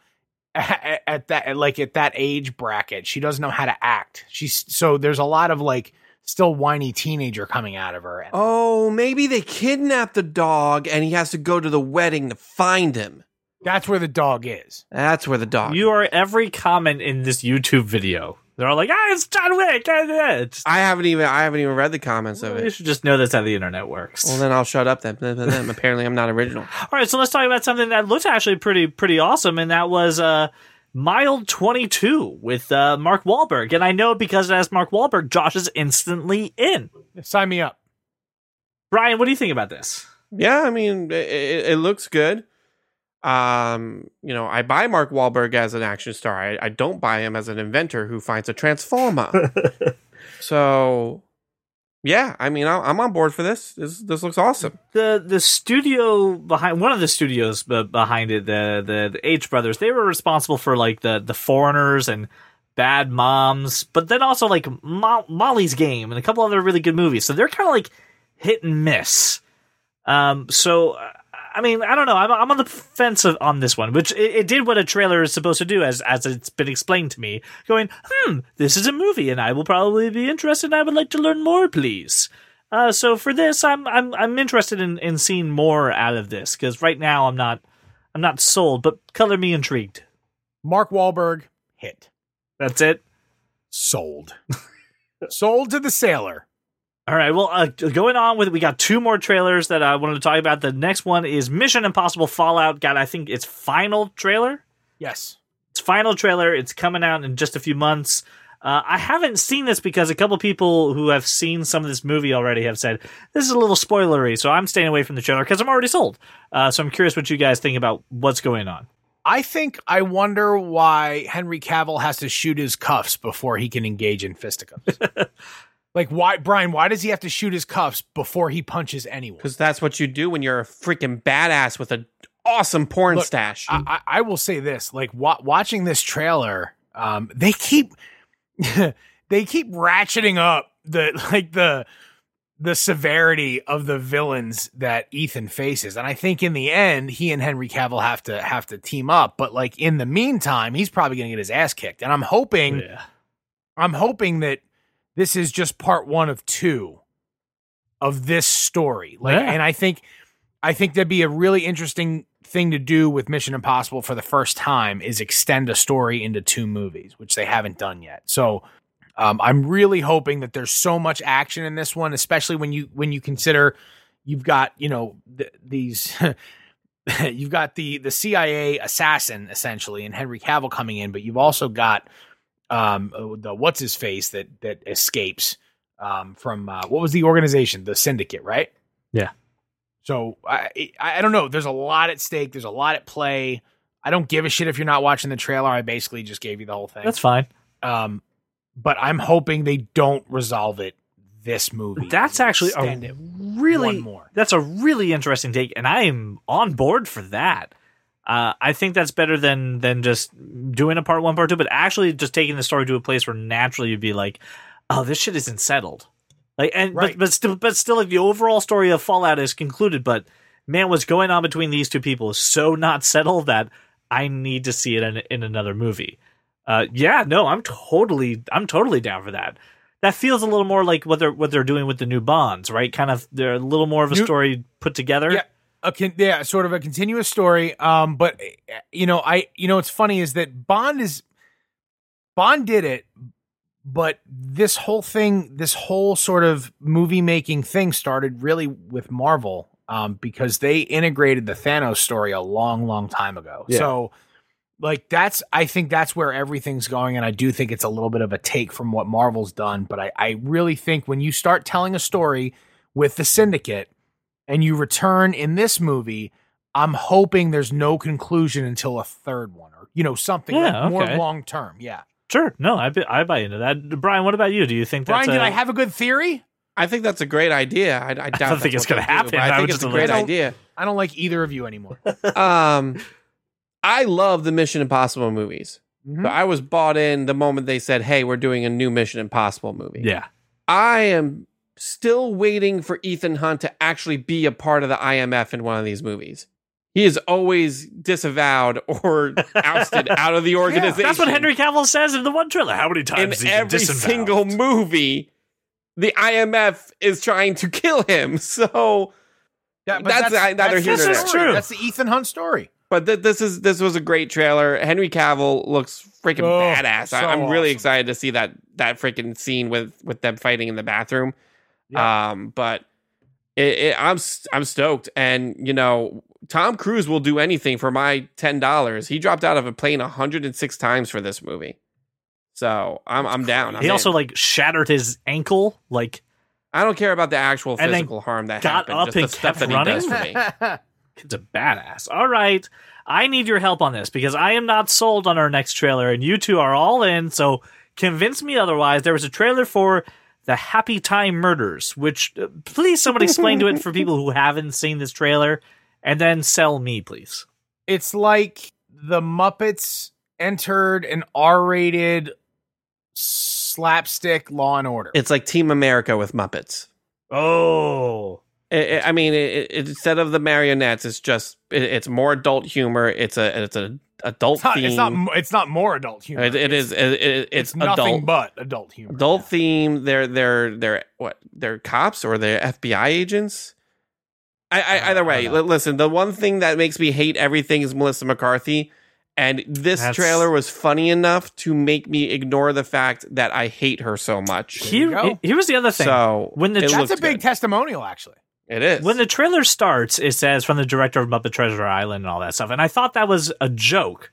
Speaker 2: at, at that at, like at that age bracket. She doesn't know how to act. She's so there's a lot of like still whiny teenager coming out of her.
Speaker 3: Oh, maybe they kidnapped the dog and he has to go to the wedding to find him.
Speaker 2: That's where the dog is.
Speaker 3: That's where the dog.
Speaker 1: You are every comment in this YouTube video. They're all like, "Ah, it's John Wick." *laughs* ah, ah." It's-
Speaker 3: I haven't even I haven't even read the comments of
Speaker 1: you
Speaker 3: it.
Speaker 1: should just know that's how the internet works.
Speaker 3: Well, then I'll shut up. Then, then, then. apparently I'm not original.
Speaker 1: all right, so let's talk about something that looked actually pretty pretty awesome, and that was uh, Mild Twenty Two with uh, Mark Wahlberg. And I know because it has Mark Wahlberg, Josh is instantly in.
Speaker 2: Sign me up.
Speaker 1: Brian, what do you think about this?
Speaker 3: Yeah, I mean it, it, it looks good. Um, you know, I buy Mark Wahlberg as an action star. I, I don't buy him as an inventor who finds a transformer. so, yeah, I mean I, I'm on board for this. This this looks awesome.
Speaker 1: the the studio behind one of the studios be- behind it, the the the H brothers, they were responsible for like the the foreigners and Bad Moms, but then also like Mo- Molly's Game and a couple other really good movies. So they're kind of like hit and miss. Um, so uh, I mean, I don't know. I'm I'm on the fence of, on this one, which it, it did what a trailer is supposed to do, as as it's been explained to me. Going, hmm, this is a movie, and I will probably be interested. and I would like to learn more, please. Uh, so for this, I'm I'm I'm interested in, in seeing more out of this because right now I'm not I'm not sold, but color me intrigued.
Speaker 2: Mark Wahlberg hit.
Speaker 1: That's it.
Speaker 2: Sold. Sold to the sailor.
Speaker 1: All right. Well, uh, going on with we got two more trailers that I wanted to talk about. The next one is Mission Impossible Fallout. Got I think it's final trailer.
Speaker 2: Yes.
Speaker 1: It's final trailer. It's coming out in just a few months. Uh, I haven't seen this because a couple people who have seen some of this movie already have said this is a little spoilery, so I'm staying away from the trailer because I'm already sold. Uh, so I'm curious what you guys think about what's going on.
Speaker 2: I think I wonder why Henry Cavill has to shoot his cuffs before he can engage in fisticuffs. like why Brian, why does he have to shoot his cuffs before he punches anyone?
Speaker 3: Because that's what you do when you're a freaking badass with an awesome porn
Speaker 2: Look,
Speaker 3: stash.
Speaker 2: I, I, I will say this: like wa- watching this trailer, um, they keep *laughs* they keep ratcheting up the like the the severity of the villains that Ethan faces, and I think in the end, he and Henry Cavill have to have to team up. But like in the meantime, he's probably going to get his ass kicked, and I'm hoping
Speaker 1: Yeah.
Speaker 2: I'm hoping that this is just part one of two of this story. Like,
Speaker 1: Yeah.
Speaker 2: and I think, I think that'd be a really interesting thing to do with Mission Impossible for the first time is extend a story into two movies, which they haven't done yet. So, um, I'm really hoping that there's so much action in this one, especially when you when you consider. you- you've got you know th- these *laughs* you've got the the CIA assassin essentially and Henry Cavill coming in, but you've also got um uh, the what's his face that that escapes um from uh, what was the organization the syndicate right
Speaker 1: Yeah.
Speaker 2: so I, I I don't know there's a lot at stake there's a lot at play I don't give a shit if you're not watching the trailer I basically just gave you the whole thing
Speaker 1: That's fine.
Speaker 2: um but I'm hoping they don't resolve it this movie
Speaker 1: That's actually a
Speaker 2: Extend it
Speaker 1: really
Speaker 2: one more
Speaker 1: that's a really interesting take, and I am on board for that. Uh, I think that's better than than just doing a part one, part two, but actually just taking the story to a place where naturally you'd be like, "Oh, this shit isn't settled." Like, and
Speaker 2: Right.
Speaker 1: but but still, but still, like the overall story of Fallout is concluded, but man, what's going on between these two people is so not settled that I need to see it in, in another movie. Uh, yeah, no, I'm totally, I'm totally down for that. That feels a little more like what they're what they're doing with the new Bonds, right? Kind of, they're a little more of a
Speaker 2: New-
Speaker 1: story put together.
Speaker 2: Yeah. a con- yeah, sort of a continuous story. Um, but uh, you know, I you know, it's funny is that Bond is Bond did it, but this whole thing, this whole sort of movie making thing started really with Marvel, um, because they integrated the Thanos story a long, long time ago.
Speaker 1: Yeah.
Speaker 2: So. Like that's, I think that's where everything's going, and I do think it's a little bit of a take from what Marvel's done. But I, I really think when you start telling a story with the Syndicate, and you return in this movie, I'm hoping there's no conclusion until a third one or you know something like,
Speaker 1: Yeah,
Speaker 2: more
Speaker 1: okay.
Speaker 2: long term. Yeah,
Speaker 1: Sure, no, I bu- I buy into that. Brian, what about you? Do you think that's
Speaker 2: Brian, did
Speaker 1: a-
Speaker 2: I have a good theory?
Speaker 3: I think that's a great idea. I,
Speaker 1: *laughs*
Speaker 3: I doubt
Speaker 1: don't
Speaker 3: that's
Speaker 1: think it's
Speaker 3: what
Speaker 1: gonna
Speaker 3: they'll do,
Speaker 1: happen.
Speaker 3: but I
Speaker 1: I
Speaker 3: think
Speaker 1: was
Speaker 3: it's a
Speaker 1: just
Speaker 3: great
Speaker 2: like-
Speaker 3: idea.
Speaker 2: I don't like either of you
Speaker 3: *laughs*
Speaker 2: anymore.
Speaker 1: *laughs*
Speaker 3: Um, I love the Mission Impossible movies.
Speaker 2: Mhm.
Speaker 1: Hmm?
Speaker 3: So I was bought in the moment they said, "Hey, we're doing a new Mission Impossible movie."
Speaker 1: yeah,
Speaker 3: I am still waiting for Ethan Hunt to actually be a part of the IMF in one of these movies. He is always disavowed
Speaker 1: *laughs*
Speaker 3: or ousted out of the organization.
Speaker 1: that's what Henry Cavill says in the one trailer. How many
Speaker 3: in
Speaker 1: times is he been
Speaker 3: every
Speaker 1: disavowed?
Speaker 3: single movie. The IMF is trying to kill him. *laughs* So,
Speaker 2: That- but
Speaker 3: That's
Speaker 2: the
Speaker 3: neither here
Speaker 2: story.
Speaker 3: nor
Speaker 1: there. This is true.
Speaker 2: That's the Ethan Hunt story.
Speaker 3: but th- this is this was a great trailer. Henry Cavill looks freaking
Speaker 2: Oh,
Speaker 3: badass.
Speaker 2: so
Speaker 3: I, am really
Speaker 2: awesome.
Speaker 3: excited to see that that freaking scene with with them fighting in the bathroom. Um, but it, it, I'm s- I'm stoked, and you know Tom Cruise will do anything for my ten dollars. He dropped out of a plane 106 times for this movie, so I'm I'm down. I'm
Speaker 1: he also
Speaker 3: in.
Speaker 1: like shattered his ankle. Like
Speaker 3: I don't care about the actual
Speaker 1: And then
Speaker 3: physical harm that
Speaker 1: got
Speaker 3: happened.
Speaker 1: up
Speaker 3: just the
Speaker 1: and kept
Speaker 3: stuff that he does for me.
Speaker 2: *laughs*
Speaker 1: it's a badass. All right, I need your help on this because I am not sold on our next trailer, and you two are all in. So convince me otherwise. There was a trailer for the Happy Time Murders, which uh, please somebody explain to it for people who haven't seen this trailer, and then sell me, please.
Speaker 2: it's like the Muppets entered an R-rated slapstick Law and Order.
Speaker 3: It's like Team America with Muppets.
Speaker 1: Oh,
Speaker 3: I I- I mean, it, it, instead of the marionettes, it's just it, it's more adult humor. It's a it's a adult
Speaker 2: It's not,
Speaker 3: theme.
Speaker 2: it's not. mo- It's not more adult humor.
Speaker 3: It- it is. It, it- it's,
Speaker 2: It's, nothing
Speaker 3: adult.
Speaker 2: but adult humor.
Speaker 3: adult theme. They're they're they're what? They're cops or they're FBI agents.
Speaker 2: I
Speaker 3: I,
Speaker 2: don't-
Speaker 3: I either way,
Speaker 2: I don't know.
Speaker 3: li- listen. The one thing that makes me hate everything is Melissa McCarthy, and this
Speaker 1: That's-
Speaker 3: trailer was funny enough to make me ignore the fact that I hate her so much.
Speaker 2: There you
Speaker 1: here,
Speaker 2: go.
Speaker 1: here was the other thing.
Speaker 3: So
Speaker 1: When the-
Speaker 3: it
Speaker 2: That's
Speaker 3: looked
Speaker 2: a big
Speaker 3: good.
Speaker 2: testimonial, actually.
Speaker 3: it is
Speaker 1: when the trailer starts, it says from the director of Muppet Treasure Island and all that stuff, and I thought that was a joke.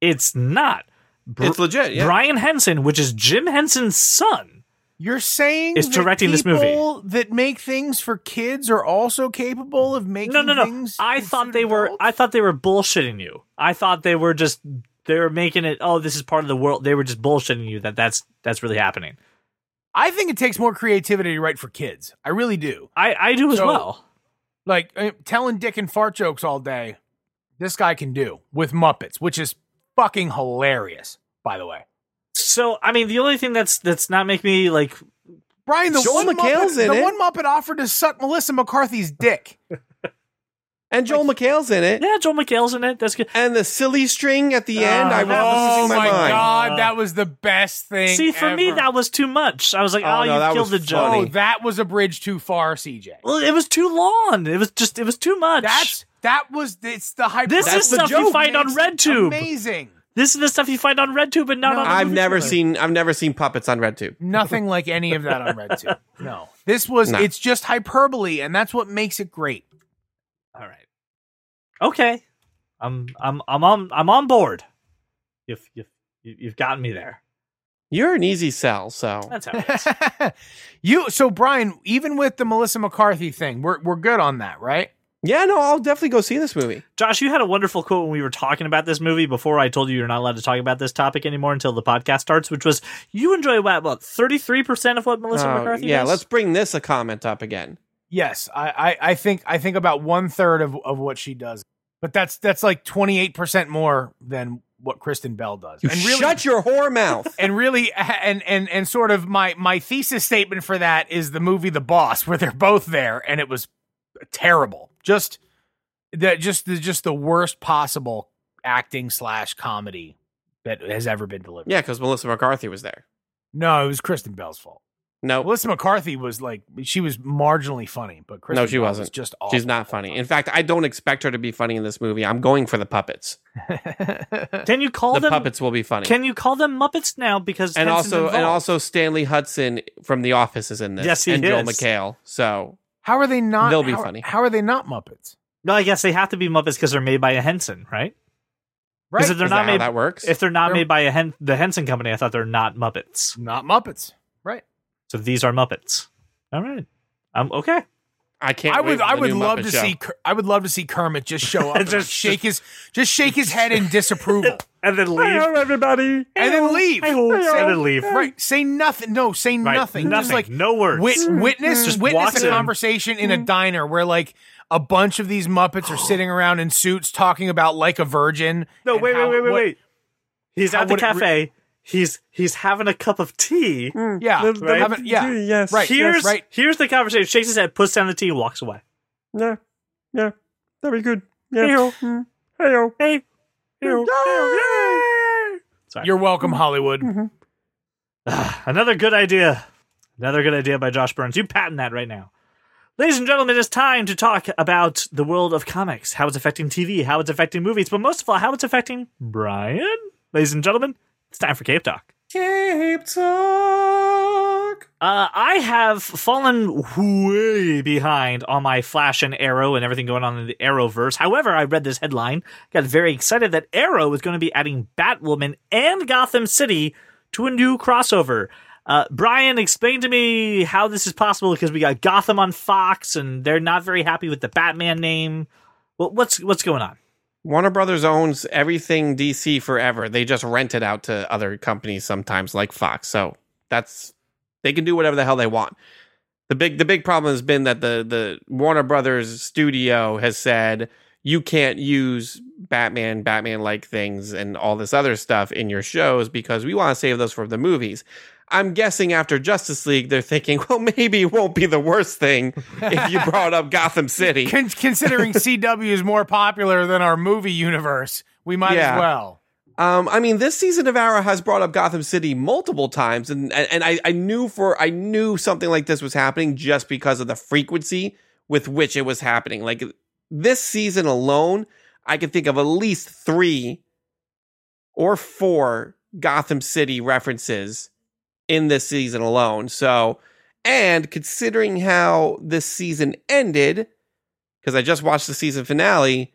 Speaker 1: It's not. Br-
Speaker 3: it's legit. Yeah.
Speaker 1: Brian Henson, which is Jim Henson's son.
Speaker 2: You're saying
Speaker 1: Is
Speaker 2: that
Speaker 1: directing this movie.
Speaker 2: people that make things for kids are also capable of making
Speaker 1: No, no, no.
Speaker 2: things
Speaker 1: I
Speaker 2: to
Speaker 1: thought
Speaker 2: suit
Speaker 1: they were.
Speaker 2: adults?
Speaker 1: I thought they were bullshitting you. I thought they were just. They were making it. Oh, this is part of the world. They were just bullshitting you that that's that's really happening.
Speaker 2: I think it takes more creativity to write for kids. I really do.
Speaker 1: I I do as
Speaker 2: So-
Speaker 1: well.
Speaker 2: Like uh, telling dick and fart jokes all day. This guy can do with Muppets, which is fucking hilarious. By the way,
Speaker 1: So I mean, the only thing that's that's not making me like
Speaker 2: Brian, the
Speaker 3: Joel
Speaker 2: one
Speaker 3: McHale's
Speaker 2: Muppet,
Speaker 3: in
Speaker 2: the
Speaker 3: it.
Speaker 2: one Muppet offered to suck Melissa McCarthy's dick.
Speaker 3: and Joel McHale's in it.
Speaker 1: yeah, Joel McHale's in it. That's good.
Speaker 3: and the silly string at the end. I was
Speaker 2: oh
Speaker 3: losing
Speaker 2: my,
Speaker 3: my, mind.
Speaker 2: god, that was the best thing.
Speaker 1: See, for me
Speaker 2: ever.
Speaker 1: that was too much. I was like,
Speaker 3: Oh,
Speaker 1: oh,
Speaker 3: no, that
Speaker 1: you
Speaker 3: was
Speaker 1: killed the joke.
Speaker 3: funny.
Speaker 2: oh, that was a bridge too far, CJ.
Speaker 1: Well, it was too long. It was just it was too much.
Speaker 2: That's that was it's the hyper.
Speaker 1: This
Speaker 2: that's
Speaker 1: is
Speaker 2: the
Speaker 1: stuff you
Speaker 2: joke
Speaker 1: find on
Speaker 2: makes it
Speaker 1: RedTube.
Speaker 2: Amazing.
Speaker 1: This is the stuff you find on RedTube and not
Speaker 2: No,
Speaker 1: on.
Speaker 3: I've
Speaker 1: movie
Speaker 3: never
Speaker 1: trailer.
Speaker 3: seen I've never seen puppets on RedTube.
Speaker 2: Nothing like any of that on RedTube. *laughs* No. This was
Speaker 3: No.
Speaker 2: it's just hyperbole and that's what makes it *laughs* great.
Speaker 1: All right. Okay. I'm I'm I'm on I'm on board. You've you've you- you've gotten me there.
Speaker 3: You're an easy sell, so
Speaker 1: That's *laughs* how it is.
Speaker 2: you so Brian, even with the Melissa McCarthy thing, we're we're good on that, right?
Speaker 3: yeah, no, I'll definitely go see this movie.
Speaker 1: Josh, you had a wonderful quote when we were talking about this movie before I told you you're not allowed to talk about this topic anymore until the podcast starts, which was you enjoy about what thirty three percent of what Melissa
Speaker 3: Oh,
Speaker 1: McCarthy
Speaker 3: yeah,
Speaker 1: does.
Speaker 3: let's bring this a comment up again.
Speaker 2: Yes, I, I, I think I think about one third of, of what she does, but that's that's like twenty eight percent more than what Kristen Bell does.
Speaker 3: You
Speaker 2: and really,
Speaker 3: shut your whore mouth.
Speaker 2: and really, *laughs* and and and sort of my my thesis statement for that is the movie The Boss, where they're both there, and it was terrible. Just that, just the just the worst possible acting slash comedy that has ever been delivered.
Speaker 3: *laughs* yeah, because Melissa McCarthy was there.
Speaker 2: No, it was Kristen Bell's fault.
Speaker 3: No,
Speaker 2: Melissa McCarthy was like she was marginally funny, but Kristen
Speaker 3: she
Speaker 2: Bell Was
Speaker 3: wasn't.
Speaker 2: just awful.
Speaker 3: she's not funny. In fact, I don't expect her to be funny in this movie. I'm going for the puppets.
Speaker 1: *laughs* Can you call
Speaker 3: The
Speaker 1: them
Speaker 3: puppets will be funny.
Speaker 1: Can you call them Muppets now? Because
Speaker 3: and
Speaker 1: Tenson's
Speaker 3: also and
Speaker 1: involved.
Speaker 3: also Stanley Hudson from The Office is in this.
Speaker 1: Yes, he
Speaker 3: and Joel
Speaker 1: is.
Speaker 3: McHale. So
Speaker 2: How are they not?
Speaker 3: They'll be
Speaker 2: how-
Speaker 3: funny.
Speaker 2: How are they not Muppets?
Speaker 1: no, I guess they have to be Muppets because they're made by a Henson, right?
Speaker 2: Right?
Speaker 1: if they're
Speaker 3: is
Speaker 1: not
Speaker 3: that how
Speaker 1: made,
Speaker 3: that works?
Speaker 1: if they're not
Speaker 2: They're-
Speaker 1: made by a Hen- the Henson company, I thought they're not Muppets.
Speaker 2: not Muppets. Right.
Speaker 1: So these are Muppets. All right, I'm okay.
Speaker 3: I can't.
Speaker 2: I
Speaker 3: wait
Speaker 2: would.
Speaker 3: for
Speaker 2: I
Speaker 3: the
Speaker 2: would
Speaker 3: new
Speaker 2: love
Speaker 3: Muppet
Speaker 2: to
Speaker 3: Show.
Speaker 2: see. Ker- I would love to see Kermit just
Speaker 3: *laughs*
Speaker 2: show up, and
Speaker 1: Just-
Speaker 2: shake his, just shake his head in *laughs* disapproval,
Speaker 1: And then leave.
Speaker 3: everybody.
Speaker 2: and then leave. Say-
Speaker 1: and then leave.
Speaker 2: oh, Right. Say nothing. No. Say
Speaker 1: Right.
Speaker 2: nothing.
Speaker 1: Nothing.
Speaker 2: Just like
Speaker 1: no words.
Speaker 2: wit-
Speaker 3: Mm-hmm.
Speaker 2: witness.
Speaker 1: Just walks
Speaker 2: witness a
Speaker 1: in.
Speaker 2: conversation in a diner where like a bunch of these Muppets are sitting around in suits talking about like a virgin.
Speaker 1: no,
Speaker 2: and
Speaker 1: wait,
Speaker 2: how-
Speaker 1: wait, wait, wait,
Speaker 2: what-
Speaker 1: wait. He's
Speaker 2: how
Speaker 1: at the
Speaker 2: would it re-
Speaker 1: cafe. he's he's having a cup of tea.
Speaker 2: Yeah.
Speaker 3: The- the-
Speaker 2: right? Haven't- yeah.
Speaker 3: Yes.
Speaker 2: Right.
Speaker 1: Here's
Speaker 2: yes, right.
Speaker 1: here's the conversation. Shakes his head, puts down the tea, and walks away.
Speaker 3: Yeah. Yeah. That'd be good.
Speaker 1: Hey-o.
Speaker 3: Mm. Hey-o.
Speaker 1: Hey, ew, ew, yay. Sorry.
Speaker 2: You're welcome, Hollywood.
Speaker 3: Mm-hmm.
Speaker 1: Another good idea. Another good idea by Josh Burns. You patent that right now. Ladies and gentlemen, it's time to talk about the world of comics, how it's affecting TV, how it's affecting movies, but most of all, how it's affecting Brian. Ladies and gentlemen, it's time for Cape Talk.
Speaker 3: Cape Talk.
Speaker 1: Uh, I have fallen way behind on my Flash and Arrow and everything going on in the Arrowverse. However, I read this headline, got very excited that Arrow is going to be adding Batwoman and Gotham City to a new crossover. Uh, Brian, explain to me how this is possible because we got Gotham on Fox and they're not very happy with the Batman name. Well, what's what's going on?
Speaker 3: Warner Brothers owns everything DC forever. They just rent it out to other companies sometimes, like Fox. So that's they can do whatever the hell they want. The big the big problem has been that the the Warner Brothers studio has said you can't use Batman, Batman like things, and all this other stuff in your shows because we want to save those for the movies. I'm guessing after Justice League, they're thinking, *laughs* well, maybe it won't be the worst thing if you brought up Gotham City.
Speaker 2: Con- *laughs* considering CW is more popular than our movie universe, we might
Speaker 3: Yeah.
Speaker 2: as well.
Speaker 3: Um, I mean, this season of Arrow has brought up Gotham City multiple times, and and, and I, I knew for I knew something like this was happening just because of the frequency with which it was happening. Like this season alone, I could think of at least three or four Gotham City references in this season alone. So, and considering how this season ended, because I just watched the season finale,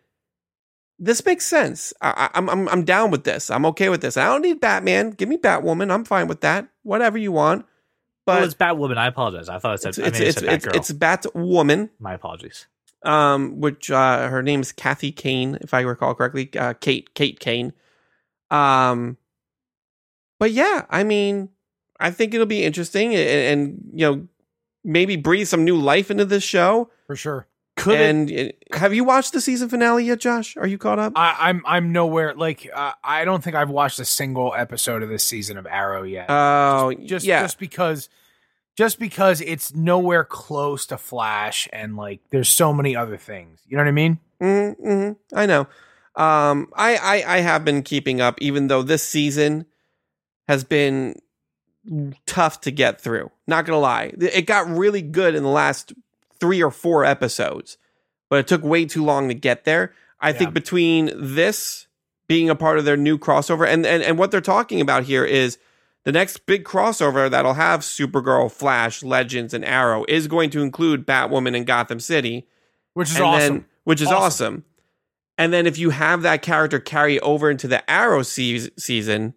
Speaker 3: this makes sense. I, I, I'm I'm I'm down with this. I'm okay with this. I don't need Batman. Give me Batwoman. I'm fine with that. Whatever you want.
Speaker 1: well,
Speaker 3: But
Speaker 1: it's Batwoman. I apologize. I thought I said
Speaker 3: it's
Speaker 1: I mean,
Speaker 3: it's
Speaker 1: I
Speaker 3: it's,
Speaker 1: said
Speaker 3: it's,
Speaker 1: Batgirl.
Speaker 3: it's Batwoman.
Speaker 1: my apologies.
Speaker 3: Um, which uh, her name is Kathy Kane, if I recall correctly. Uh, Kate Kate Kane. Um, but yeah, I mean, I think it'll be interesting, and, and you know, maybe breathe some new life into this show.
Speaker 2: For sure.
Speaker 1: Could it-
Speaker 3: and uh, have you watched the season finale yet, Josh? Are you caught up?
Speaker 2: I, I'm I'm nowhere like uh, I don't think I've watched a single episode of this season of Arrow yet.
Speaker 3: Oh,
Speaker 2: just
Speaker 3: yeah.
Speaker 2: just because just because it's nowhere close to Flash and like there's so many other things. You know what I mean?
Speaker 3: Mm-hmm. I know. Um, I, I I have been keeping up, even though this season has been tough to get through. Not gonna lie, Th- it got really good in the last three or four episodes, but it took way too long to get there. I
Speaker 2: Yeah.
Speaker 3: think between this, being a part of their new crossover. And and, and what they're talking about here is the next big crossover that'll have Supergirl, Flash, Legends, and Arrow is going to include Batwoman and Gotham City
Speaker 2: which is
Speaker 3: and
Speaker 2: awesome.
Speaker 3: Then, which is awesome.
Speaker 2: Awesome.
Speaker 3: And then if you have that character carry over into the Arrow se- season,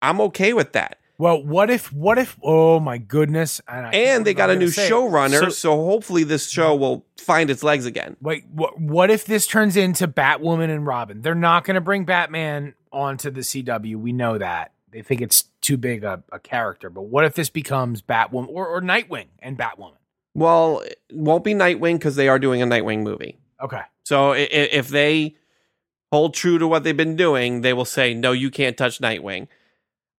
Speaker 3: I'm okay with that.
Speaker 2: well, what if? What if? Oh my goodness! And, I can't
Speaker 3: And they
Speaker 2: believe I'm
Speaker 3: got a
Speaker 2: gonna
Speaker 3: new
Speaker 2: say it.
Speaker 3: showrunner, so,
Speaker 1: So-
Speaker 3: hopefully this show will find its legs again.
Speaker 2: Wait, what? What if this turns into Batwoman and Robin? They're not going to bring Batman onto the CW. We know that they think it's too big a, a character. But what if this becomes Batwoman or, or Nightwing and Batwoman?
Speaker 3: Well, it won't be Nightwing because they are doing a Nightwing movie.
Speaker 2: Okay,
Speaker 3: So i- i- if they hold true to what they've been doing, they will say, no, you can't touch Nightwing.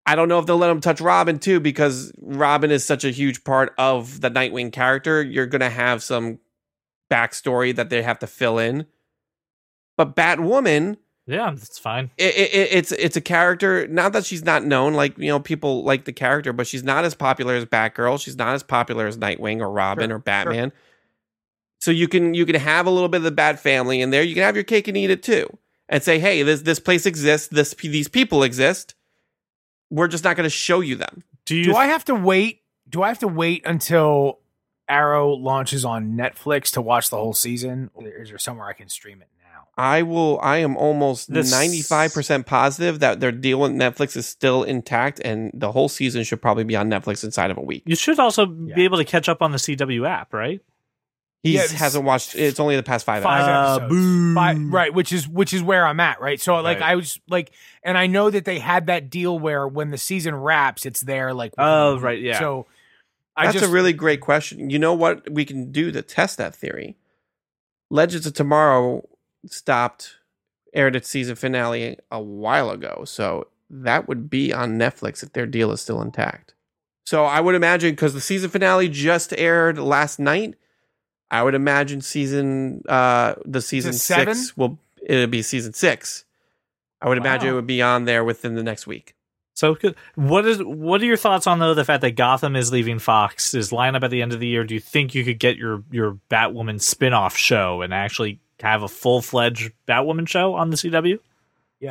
Speaker 3: I don't know if they'll let him touch Robin too, because Robin is such a huge part of the Nightwing character. You're going to have some backstory that they have to fill in. But Batwoman,
Speaker 1: Yeah, that's fine.
Speaker 3: i i i- it's it's a character. Not that she's not known, like you know, people like the character, but she's not as popular as Batgirl. She's not as popular as Nightwing or Robin
Speaker 2: Sure,
Speaker 3: or Batman. So you can you can have a little bit of the Bat family in there. You can have your cake and eat it too, and say, hey, this this place exists. This pe- these people exist. We're just not going to show you them.
Speaker 1: Do you?
Speaker 2: do I have to wait? Do I have to wait until Arrow launches on Netflix to watch the whole season? Or is there somewhere I can stream it now?
Speaker 3: I will. I am almost
Speaker 1: This-
Speaker 3: ninety five percent positive that their deal with Netflix is still intact, and the whole season should probably be on Netflix inside of a week.
Speaker 1: you should also
Speaker 2: Yeah.
Speaker 1: be able to catch up on the CW app, right?
Speaker 3: He
Speaker 2: Yeah, it's-
Speaker 3: hasn't watched. It's only the past five.
Speaker 1: Five
Speaker 3: hours.
Speaker 1: Uh, boo.
Speaker 2: Five- right, which is which is where I'm at, right? So like
Speaker 1: Right.
Speaker 2: I was like, and I know that they had that deal where when the season wraps, it's there. Like,
Speaker 1: Oh, right, yeah.
Speaker 2: So I
Speaker 3: That's
Speaker 2: just
Speaker 3: a really great question. You know what we can do to test that theory? Legends of Tomorrow stopped aired its season finale a while ago, so that would be on Netflix if their deal is still intact. So I would imagine because the season finale just aired last night, I would imagine season uh the season
Speaker 2: seven?
Speaker 3: six will it'll be season six. I would imagine
Speaker 1: Wow.
Speaker 3: it would be on there within the next week.
Speaker 1: So, could- what is what are your thoughts on though the fact that Gotham is leaving Fox is lineup at the end of the year? Do you think you could get your your Batwoman spin off show and actually have a full fledged Batwoman show on the CW?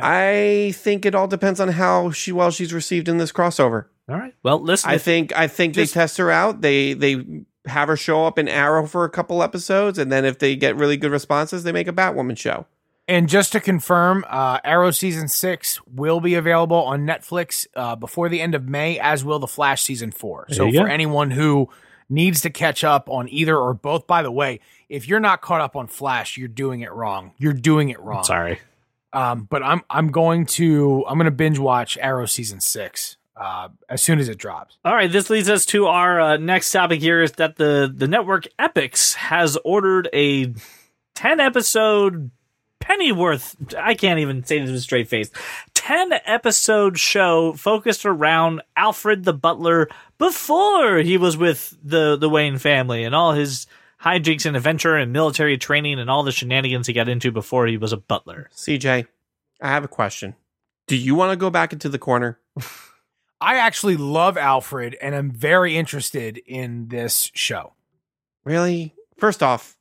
Speaker 3: I think it all depends on how she well she's received in this crossover.
Speaker 1: All right. Well, listen,
Speaker 3: I
Speaker 1: if-
Speaker 3: think I think
Speaker 2: Just-
Speaker 3: they test her out. They they have her show up in Arrow for a couple episodes, and then if they get really good responses, they make a Batwoman show.
Speaker 2: And just to confirm, uh, Arrow season six will be available on Netflix uh, before the end of May, as will the Flash season four.
Speaker 1: There
Speaker 2: so
Speaker 1: you go.
Speaker 2: for anyone who needs to catch up on either or both, by the way, if you're not caught up on Flash, you're doing it wrong. You're doing it wrong.
Speaker 1: sorry.
Speaker 2: Um, but I'm I'm going to I'm going to binge watch Arrow season six uh, as soon as it drops.
Speaker 1: All right, this leads us to our uh, next topic here is that the the network Epix has ordered a 10 episode Pennyworth, I can't even say this with a straight face. 10 episode show focused around Alfred the butler before he was with the the Wayne family and all his hijinks and adventure and military training and all the shenanigans he got into before he was a butler.
Speaker 3: CJ, I have a question. Do you want to go back into the corner?
Speaker 2: I actually love Alfred, and I'm very interested in this show.
Speaker 3: Really? First off,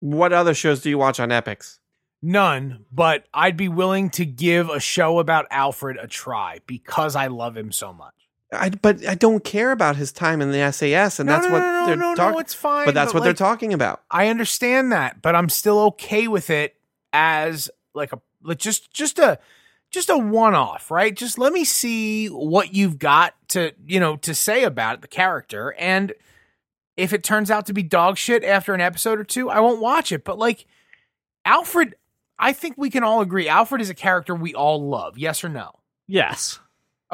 Speaker 3: what other shows do you watch on Epics?
Speaker 2: None, but I'd be willing to give a show about Alfred a try because I love him so much.
Speaker 3: I, but I don't care about his time in the SAS, and that's what they're talking.
Speaker 2: it's fine.
Speaker 3: but that's what
Speaker 2: like,
Speaker 3: they're talking about.
Speaker 2: I understand that, but I'm still okay with it as like a like just just a just a one off, right? Just let me see what you've got to you know to say about the character, and if it turns out to be dog shit after an episode or two, I won't watch it. But like Alfred, I think we can all agree Alfred is a character we all love. Yes or no?
Speaker 1: Yes.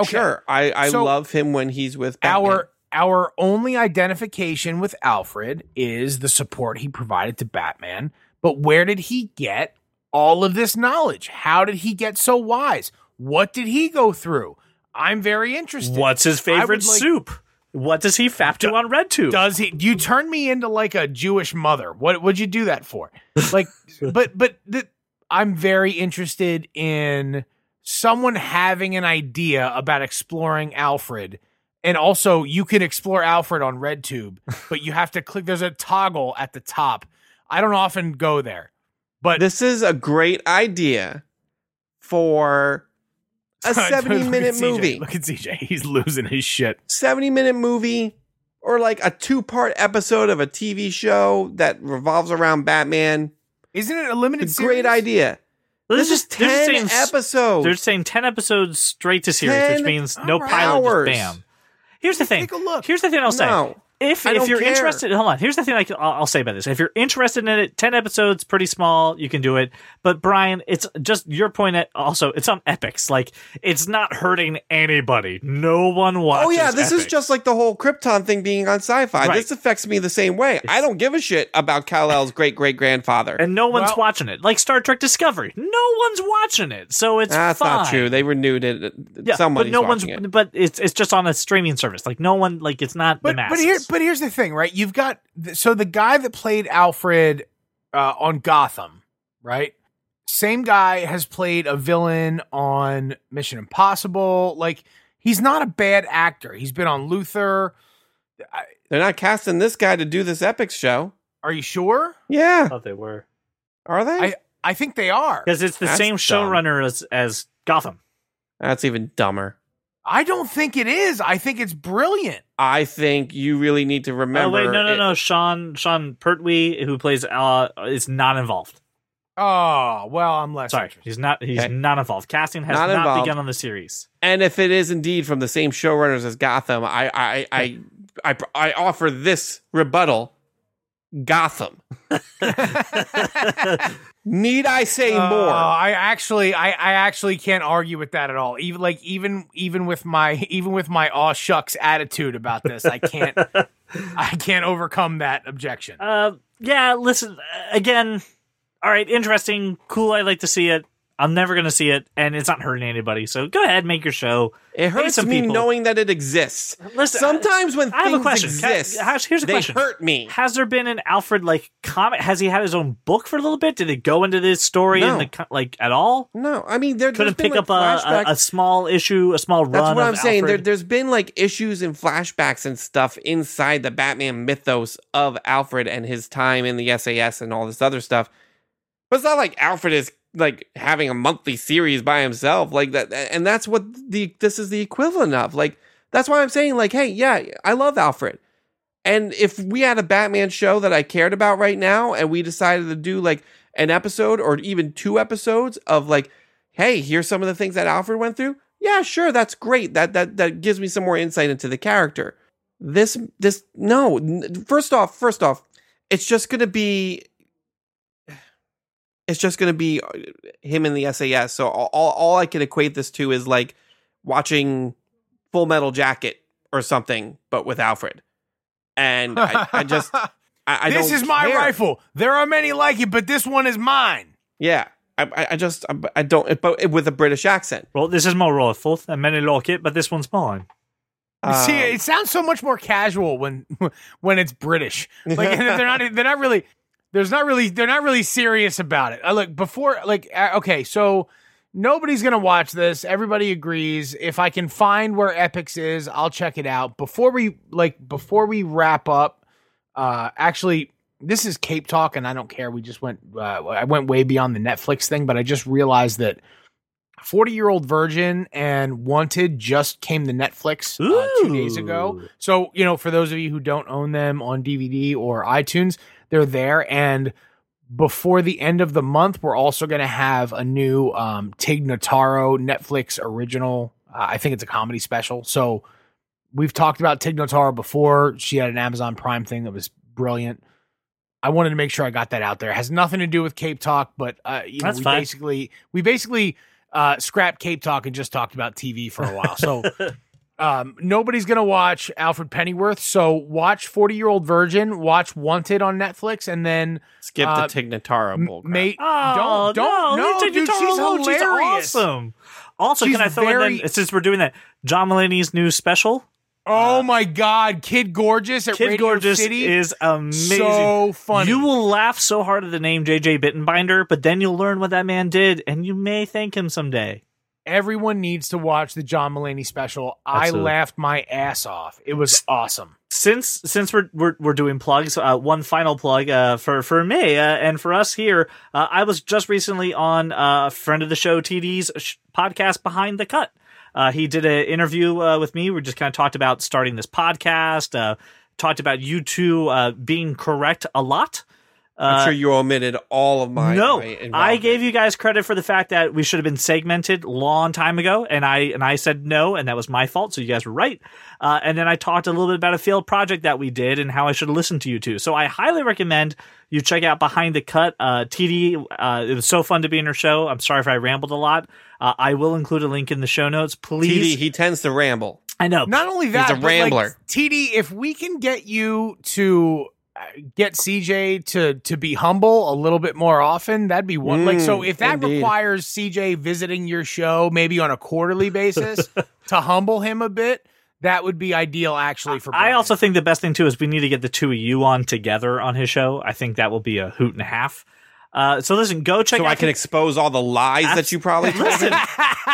Speaker 3: Sure, I, I
Speaker 2: So-
Speaker 3: love him when he's with Batman.
Speaker 2: our our only identification with Alfred is the support he provided to Batman. But where did he get all of this knowledge? How did he get so wise? What did he go through? I'm very interested.
Speaker 1: What's his
Speaker 2: I would
Speaker 1: favorite
Speaker 2: like-
Speaker 1: soup? What does he fap to on
Speaker 3: *laughs*
Speaker 1: RedTube?
Speaker 2: Does he? You turn me into like a Jewish mother. What would you do that for?
Speaker 3: *laughs*
Speaker 2: Like, *laughs* but but the, I'm very interested in someone having an idea about exploring Alfred. And also, you can explore Alfred on
Speaker 3: *laughs*
Speaker 2: RedTube, but you have to click. There's a toggle at the top. I don't often go there, but
Speaker 3: This is a great idea for
Speaker 1: *laughs*
Speaker 3: a
Speaker 2: *laughs*
Speaker 3: 70
Speaker 2: Look at
Speaker 3: minute
Speaker 2: CJ.
Speaker 3: movie.
Speaker 2: Look at CJ. He's losing his shit.
Speaker 3: 70 minute movie or like a two part episode of a TV show that revolves around Batman.
Speaker 2: Isn't it a
Speaker 3: It's a
Speaker 2: limited
Speaker 3: great
Speaker 2: series?
Speaker 3: idea.
Speaker 1: This,
Speaker 3: This is
Speaker 1: is they're just
Speaker 3: 10
Speaker 1: saying s- They're
Speaker 3: episodes.
Speaker 1: saying ten episodes straight to series,
Speaker 3: 10
Speaker 1: which means no
Speaker 2: hours.
Speaker 1: pilot. Just bam. Here's the thing.
Speaker 2: Take a look.
Speaker 1: Here's the thing I'll say.
Speaker 3: No.
Speaker 1: If
Speaker 3: I
Speaker 1: if
Speaker 3: don't
Speaker 1: you're
Speaker 3: care.
Speaker 1: interested, hold on. Here's the thing I can, I'll, I'll say about this. If you're interested in it, ten episodes, pretty small. You can do it. But Brian, it's just your point. At, also, it's on Epics. Like it's not hurting anybody. No one watches.
Speaker 3: Oh yeah, this is
Speaker 1: Epics.
Speaker 3: just like the whole Krypton thing being on sci-fi.
Speaker 1: Right.
Speaker 3: This affects me the same way. I don't give a shit about Kal-El's great-great-grandfather.
Speaker 1: and no one's
Speaker 2: Well-
Speaker 1: watching it. Like Star Trek Discovery, no one's watching it. So it's
Speaker 3: That's
Speaker 1: fine.
Speaker 3: not true. They renewed it.
Speaker 1: Yeah,
Speaker 3: Somebody's
Speaker 1: but no one's.
Speaker 3: watching it.
Speaker 1: But it's it's just on a streaming service. Like no one. Like it's not the
Speaker 2: But
Speaker 1: masses.
Speaker 2: but here but here's the thing, right? You've got th- so the guy that played Alfred uh, on Gotham, right? Same guy has played a villain on Mission Impossible. Like he's not a bad actor. He's been on Luther.
Speaker 3: They're not casting this guy to do this epic show.
Speaker 2: Are you sure?
Speaker 1: I
Speaker 3: Yeah,
Speaker 1: thought they were
Speaker 3: are they?
Speaker 2: I think they are.
Speaker 1: because it's the
Speaker 3: That's
Speaker 1: same
Speaker 3: dumb.
Speaker 1: showrunner as as Gotham.
Speaker 3: That's even dumber.
Speaker 2: I don't think it is. I think it's brilliant.
Speaker 3: I think you really need to remember.
Speaker 1: oh wait, no, no,
Speaker 3: it-
Speaker 1: no. Sean Sean Pertwee, who plays uh, is not involved.
Speaker 2: Oh well, I'm less.
Speaker 1: Sorry,
Speaker 2: interested.
Speaker 1: he's not. He's
Speaker 3: Okay.
Speaker 1: not involved. Casting has
Speaker 3: Not
Speaker 1: not,
Speaker 3: involved.
Speaker 1: begun on the series.
Speaker 3: And if it is indeed from the same showrunners as Gotham, I, I, I, I, I offer this rebuttal: *laughs* Gotham. Need I say
Speaker 2: Uh,
Speaker 3: more?
Speaker 2: I actually, I, I actually can't argue with that at all. Even like even even with my *laughs* even with my aw shucks attitude about this, I
Speaker 3: *laughs*
Speaker 2: can't I can't overcome that objection.
Speaker 1: Uh, yeah. Listen uh, again. All right, interesting, cool. I like to see it. I'm never gonna see it, and it's not hurting anybody. So go ahead, make your show.
Speaker 3: It hurts
Speaker 1: some
Speaker 3: me
Speaker 1: people.
Speaker 3: knowing that it exists.
Speaker 1: Listen,
Speaker 3: Sometimes when
Speaker 1: I have a
Speaker 3: things
Speaker 1: question. Can I-
Speaker 3: exist,
Speaker 1: Hash, here's a
Speaker 3: they
Speaker 1: question.
Speaker 3: hurt me.
Speaker 1: Has there been an Alfred like comic? Has he had his own book for a little bit? Did it go into this story
Speaker 3: No.
Speaker 1: in the co- like at all?
Speaker 3: No, I mean there
Speaker 1: Couldn't
Speaker 3: there's
Speaker 1: pick
Speaker 3: been,
Speaker 1: up a,
Speaker 3: like,
Speaker 1: a,
Speaker 3: flashbacks.
Speaker 1: a small issue, a small run.
Speaker 3: That's what
Speaker 1: of
Speaker 3: I'm saying. There,
Speaker 1: Alfred.
Speaker 3: there's been like issues and flashbacks and stuff inside the Batman mythos of Alfred and his time in the SAS and all this other stuff. But it's not like Alfred is like having a monthly series by himself like that, and that's what the this is the equivalent of. Like that's why I'm saying like, hey, yeah, I love Alfred. And if we had a Batman show that I cared about right now, and we decided to do like an episode or even two episodes of like hey, here's some of the things that Alfred went through. Yeah, sure, that's great. That that that gives me some more insight into the character. This this no. n- First off, first off, it's just gonna be. It's just gonna be uh, him in the SAS. So all all all I can equate this to is like watching Full Metal Jacket or something, but with Alfred. And I,
Speaker 2: *laughs*
Speaker 3: I just I, I
Speaker 2: this
Speaker 3: don't
Speaker 2: is my
Speaker 3: care.
Speaker 2: rifle. There are many like it, but this one is mine.
Speaker 3: Yeah, I I- I just I, I don't but with a British accent.
Speaker 1: Well, this is my rifle, and many like it, but this one's mine.
Speaker 2: You *laughs* See,
Speaker 3: Um,
Speaker 2: it sounds so much more casual when *laughs* when it's British. Like they're not they're not really there's not really they're not really serious about it. I look before like uh, okay, so nobody's going to watch this. Everybody agrees. If I can find where Epics is, I'll check it out. Before we like before we wrap up, uh actually this is Cape Talk and I don't care. We just went uh, I went way beyond the Netflix thing, but I just realized that 40 year old virgin and wanted just came to netflix uh, two days ago
Speaker 1: Ooh.
Speaker 2: so you know for those of you who don't own them on dvd or itunes they're there and before the end of the month we're also going to have a new um, tig notaro netflix original uh, i think it's a comedy special so we've talked about tig notaro before she had an amazon prime thing that was brilliant i wanted to make sure i got that out there it has nothing to do with cape talk but uh, you know,
Speaker 1: That's
Speaker 2: we
Speaker 1: fine.
Speaker 2: basically we basically uh, scrapped Cape Talk and just talked about TV for a while.
Speaker 1: *laughs*
Speaker 2: So um, nobody's going to watch Alfred Pennyworth. So watch 40 Year Old Virgin, watch Wanted on Netflix, and then
Speaker 3: Skip
Speaker 2: Uh,
Speaker 3: the Tignataro bullcrap.
Speaker 2: mate,
Speaker 1: Oh
Speaker 2: don't, don't,
Speaker 1: no!
Speaker 2: no,
Speaker 1: Lita
Speaker 2: dude, she's
Speaker 1: Guitaro,
Speaker 2: hilarious.
Speaker 1: awesome. Also,
Speaker 2: She's
Speaker 1: can I throw in
Speaker 2: very-
Speaker 1: then, since we're doing that, John Mulaney's new special,
Speaker 2: Oh my God, Kid Gorgeous at
Speaker 1: Kid
Speaker 2: Radio
Speaker 1: Gorgeous,
Speaker 2: City
Speaker 1: is amazing.
Speaker 2: so funny.
Speaker 1: You will laugh so hard at the name JJ Bittenbinder, but then you'll learn what that man did, and you may thank him someday.
Speaker 2: Everyone needs to watch the John Mulaney special. I
Speaker 1: Absolutely.
Speaker 2: laughed my ass off. It was awesome.
Speaker 1: since since we're we're, we're doing plugs, uh, one final plug uh, for for me uh, and for us here. Uh, I was just recently on uh, a friend of the show TD's sh- podcast Behind the Cut. Uh, he did an interview uh, with me. We just kind of talked about starting this podcast. Uh, talked about you two uh, being correct a lot.
Speaker 3: I'm
Speaker 2: Uh,
Speaker 3: sure you omitted all of my.
Speaker 1: no,
Speaker 3: my involvement.
Speaker 1: I gave you guys credit for the fact that we should have been segmented long time ago, and I and I said no, and that was my fault. So you guys were right. Uh, and then I talked a little bit about a failed project that we did and how I should have listened to you two. So I highly recommend you check out Behind the Cut. Uh, TD, uh, it was so fun to be in her show. I'm sorry if I rambled a lot. Uh, I will include a link in the show notes. Please,
Speaker 3: TD. He tends to ramble.
Speaker 1: I know.
Speaker 2: Not only that,
Speaker 3: a
Speaker 2: but, like,
Speaker 3: rambler.
Speaker 2: TD, if we can get you to uh, get CJ to to be humble a little bit more often, that'd be one. like, so
Speaker 3: Mm,
Speaker 2: if that
Speaker 3: indeed.
Speaker 2: requires CJ visiting your show, maybe on a quarterly
Speaker 3: *laughs*
Speaker 2: basis, to humble him a bit, that would be ideal. Actually, for
Speaker 1: I
Speaker 2: Brian.
Speaker 1: also think the best thing too is we need to get the two of you on together on his show. I think that will be a hoot and a half. Uh, so listen, go check
Speaker 3: So
Speaker 1: out
Speaker 3: I can expose all the lies that you probably told.
Speaker 1: listen. *laughs*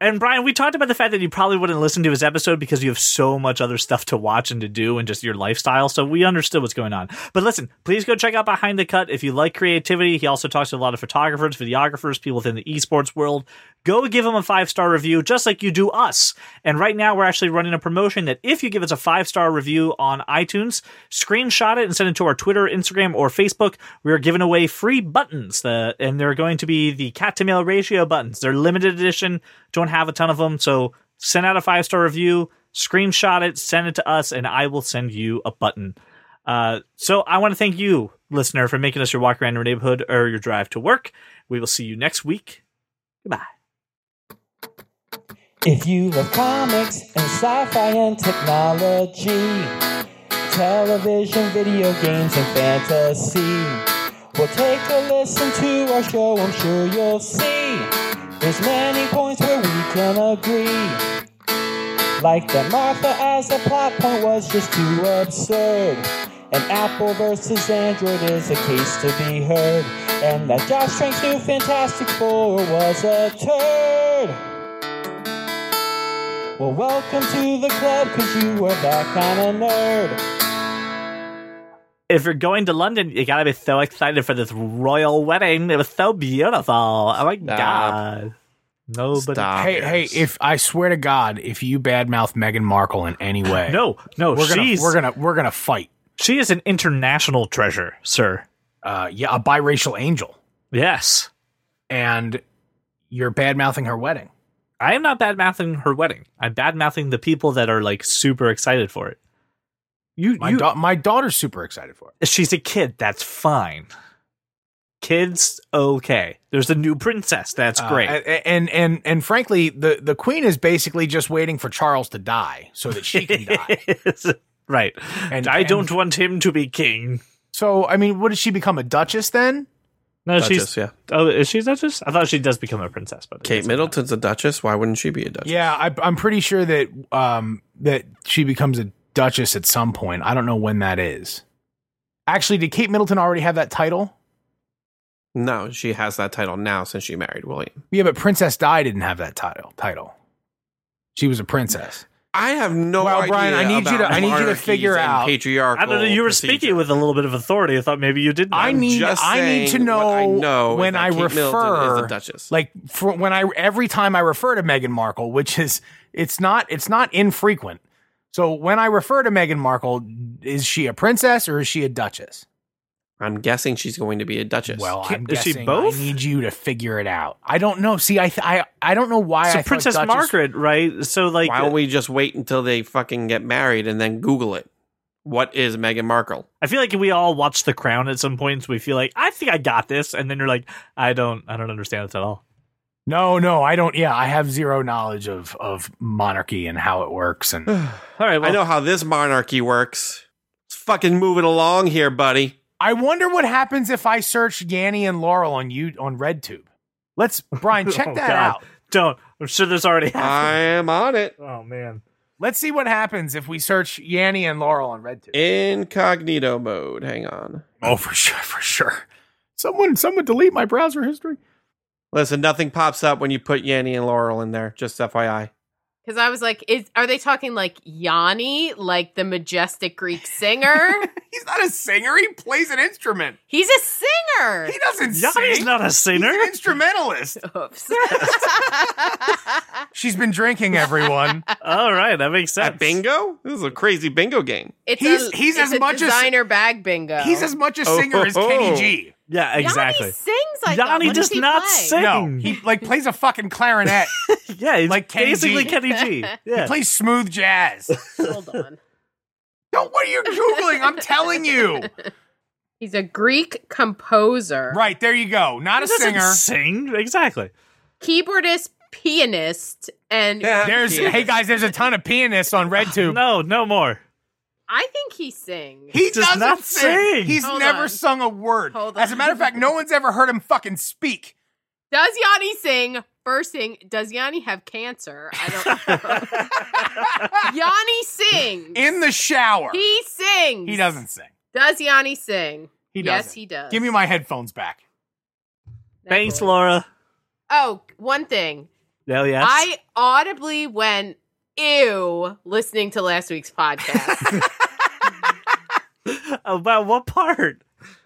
Speaker 1: and Brian, we talked about the fact that you probably wouldn't listen to his episode because you have so much other stuff to watch and to do and just your lifestyle. So we understood what's going on. But listen, please go check out Behind the Cut if you like creativity. He also talks to a lot of photographers, videographers, people within the esports world. Go give him a five star review, just like you do us. And right now, we're actually running a promotion that if you give us a five star review on iTunes, screenshot it and send it to our Twitter, Instagram, or Facebook. We are giving away free buttons, the, and they're going to be the cat to male ratio buttons. They're limited edition, don't have a ton of them. So send out a five star review, screenshot it, send it to us, and I will send you a button. Uh, so I want to thank you, listener, for making us your walk around your neighborhood or your drive to work. We will see you next week. Goodbye.
Speaker 6: If you love comics and sci-fi and technology, television, video games, and fantasy, well, take a listen to our show. I'm sure you'll see there's many points where we can agree, like that Martha as a plot point was just too absurd, and Apple versus Android is a case to be heard, and that Josh Trank's new Fantastic Four was a turd. Well, welcome to the club, cause you are that kind of nerd.
Speaker 1: if you're going to London, you gotta be so excited for this royal wedding. It was so beautiful. Oh my
Speaker 3: Stop.
Speaker 1: god. Nobody.
Speaker 3: Stop.
Speaker 2: Hey, hey! If I swear to God, if you badmouth Meghan Markle in any way,
Speaker 1: No, no,
Speaker 2: we're gonna
Speaker 1: she's
Speaker 2: we're gonna we're gonna fight.
Speaker 1: she is an international treasure, sir.
Speaker 2: Uh, yeah, a biracial angel,
Speaker 1: Yes.
Speaker 2: and you're bad mouthing her wedding.
Speaker 1: I am not bad mouthing her wedding. I'm bad mouthing the people that are like super excited for it. You
Speaker 2: My,
Speaker 1: you
Speaker 2: da- my daughter's super excited for it.
Speaker 1: she's a kid, that's fine. Kids, okay. There's a new princess, that's
Speaker 2: Uh,
Speaker 1: great.
Speaker 2: a- and and and frankly, the the queen is basically just waiting for Charles to die so
Speaker 1: *laughs*
Speaker 2: that she can *laughs* die.
Speaker 1: right.
Speaker 2: And-
Speaker 1: I
Speaker 2: and-
Speaker 1: don't want him to be king.
Speaker 2: So I mean, what does she become a duchess then?
Speaker 1: No, she's
Speaker 3: Duchess, yeah.
Speaker 1: Oh, is she a duchess? I thought she does become a princess, but it
Speaker 3: Kate
Speaker 1: doesn't
Speaker 3: Middleton's a duchess. Why wouldn't she be a duchess?
Speaker 2: Yeah, I, I'm pretty sure that um that she becomes a duchess at some point. I don't know when that is. Actually, did Kate Middleton already have that title?
Speaker 3: No, she has that title now since she married William.
Speaker 2: Yeah, but Princess Di didn't have that title. Title. She was a princess.
Speaker 3: I have no
Speaker 2: Wow,
Speaker 3: idea.
Speaker 2: Brian, I need you
Speaker 3: about
Speaker 2: to- I need you to
Speaker 3: monarchies
Speaker 2: figure
Speaker 3: and
Speaker 2: out-
Speaker 1: matter.
Speaker 3: patriarchal.
Speaker 1: I don't know. You were
Speaker 3: procedures.
Speaker 1: speaking with a little bit of authority. I thought maybe you didn't.
Speaker 2: I
Speaker 1: know.
Speaker 2: need
Speaker 3: just
Speaker 2: I need to
Speaker 3: saying
Speaker 2: know,
Speaker 3: what I know is
Speaker 2: when
Speaker 3: that
Speaker 2: I
Speaker 3: Kate Middleton is
Speaker 2: refer
Speaker 3: the Duchess.
Speaker 2: Like for when I every time I refer to Meghan Markle, which is it's not it's not infrequent. So when I refer to Meghan Markle, is she a princess or is she a duchess?
Speaker 3: I'm guessing she's going to be a duchess.
Speaker 2: Well,
Speaker 1: Ki-
Speaker 2: I'm
Speaker 1: is she
Speaker 2: guessing
Speaker 1: Oh, both?
Speaker 2: I need you to figure it out. I don't know. See, I th- I I don't know why.
Speaker 1: so
Speaker 2: I thought
Speaker 1: Princess
Speaker 2: duchess-
Speaker 1: Margaret, right? So like,
Speaker 2: uh,
Speaker 3: why don't we just wait until they fucking get married and then Google it? What is Meghan Markle?
Speaker 1: I feel like we all watch The Crown at some points. we feel like I think I got this, and then you're like, I don't, I don't understand this at all.
Speaker 2: No, no, I don't. Yeah, I have zero knowledge of of monarchy and how it works.
Speaker 1: *sighs*
Speaker 2: And
Speaker 1: All right, well,
Speaker 3: I know how this monarchy works. Let's fucking move it along here, buddy.
Speaker 2: I wonder what happens if I search Yanni and Laurel on you on RedTube. Let's Brian
Speaker 1: *laughs*
Speaker 2: check
Speaker 1: Oh,
Speaker 2: that
Speaker 1: God.
Speaker 2: out.
Speaker 1: Don't. I'm sure there's already.
Speaker 2: Uh,
Speaker 3: I am on it.
Speaker 1: *laughs* oh man.
Speaker 2: Let's see what happens if we search Yanni and Laurel on RedTube.
Speaker 3: Incognito mode. Hang on.
Speaker 2: oh, for sure, for sure. Someone, someone delete my browser history.
Speaker 3: Listen, nothing pops up when you put Yanni and Laurel in there. Just FYI.
Speaker 5: Because I was like, is are they talking like Yanni, like the majestic Greek singer?
Speaker 2: He's not a singer. He plays an instrument.
Speaker 5: He's a singer.
Speaker 2: He doesn't
Speaker 1: Yanni's
Speaker 2: sing.
Speaker 1: not a
Speaker 2: He's
Speaker 1: singer.
Speaker 2: an instrumentalist.
Speaker 5: Oops.
Speaker 2: She's been drinking, *laughs* everyone.
Speaker 1: *laughs* All right, that makes sense.
Speaker 3: At bingo? This is a crazy bingo game.
Speaker 5: It's
Speaker 2: He's-
Speaker 5: a,
Speaker 2: he's as
Speaker 5: it's a
Speaker 2: much as-
Speaker 5: designer bag bingo.
Speaker 2: He's as much a singer as Kenny G.
Speaker 1: Yeah, exactly.
Speaker 5: Yanni sings like that.
Speaker 1: Yanni
Speaker 5: What
Speaker 1: does
Speaker 5: he
Speaker 1: not
Speaker 5: play?
Speaker 1: sing.
Speaker 2: No, he like plays a fucking *laughs* clarinet.
Speaker 1: yeah, it's
Speaker 2: Like Kenny
Speaker 1: basically
Speaker 2: G.
Speaker 1: Kenny G. Yeah.
Speaker 2: *laughs* He plays smooth jazz.
Speaker 5: Hold on.
Speaker 2: Don't what are you googling? I'm telling you.
Speaker 5: He's a Greek composer,
Speaker 2: Right there, you go. Not
Speaker 1: He
Speaker 2: a
Speaker 1: doesn't
Speaker 2: singer.
Speaker 1: Sing exactly.
Speaker 5: keyboardist, pianist, and
Speaker 3: Yeah.
Speaker 2: There's
Speaker 3: Yeah.
Speaker 2: hey guys, there's a ton of pianists on RedTube.
Speaker 1: No, no more.
Speaker 5: I think he sings.
Speaker 2: He
Speaker 1: does
Speaker 2: doesn't
Speaker 1: not
Speaker 2: sing.
Speaker 1: sing.
Speaker 2: He's
Speaker 5: Hold
Speaker 2: never
Speaker 5: on.
Speaker 2: sung a word.
Speaker 5: Hold
Speaker 2: As a
Speaker 5: on.
Speaker 2: matter of fact, no one's ever heard him fucking speak.
Speaker 5: Does Yanni sing? First thing, does Yanni have cancer? I don't
Speaker 2: *laughs*
Speaker 5: know. Yanni sings.
Speaker 2: In the shower.
Speaker 5: he sings.
Speaker 2: He doesn't sing.
Speaker 5: Does Yanni sing?
Speaker 2: He
Speaker 5: yes,
Speaker 2: doesn't.
Speaker 5: he does.
Speaker 2: Give me my headphones back.
Speaker 5: That
Speaker 1: Thanks,
Speaker 5: boy.
Speaker 1: Laura.
Speaker 5: Oh, one thing.
Speaker 1: Hell yes.
Speaker 5: I audibly went ew listening to last week's podcast.
Speaker 1: About what part?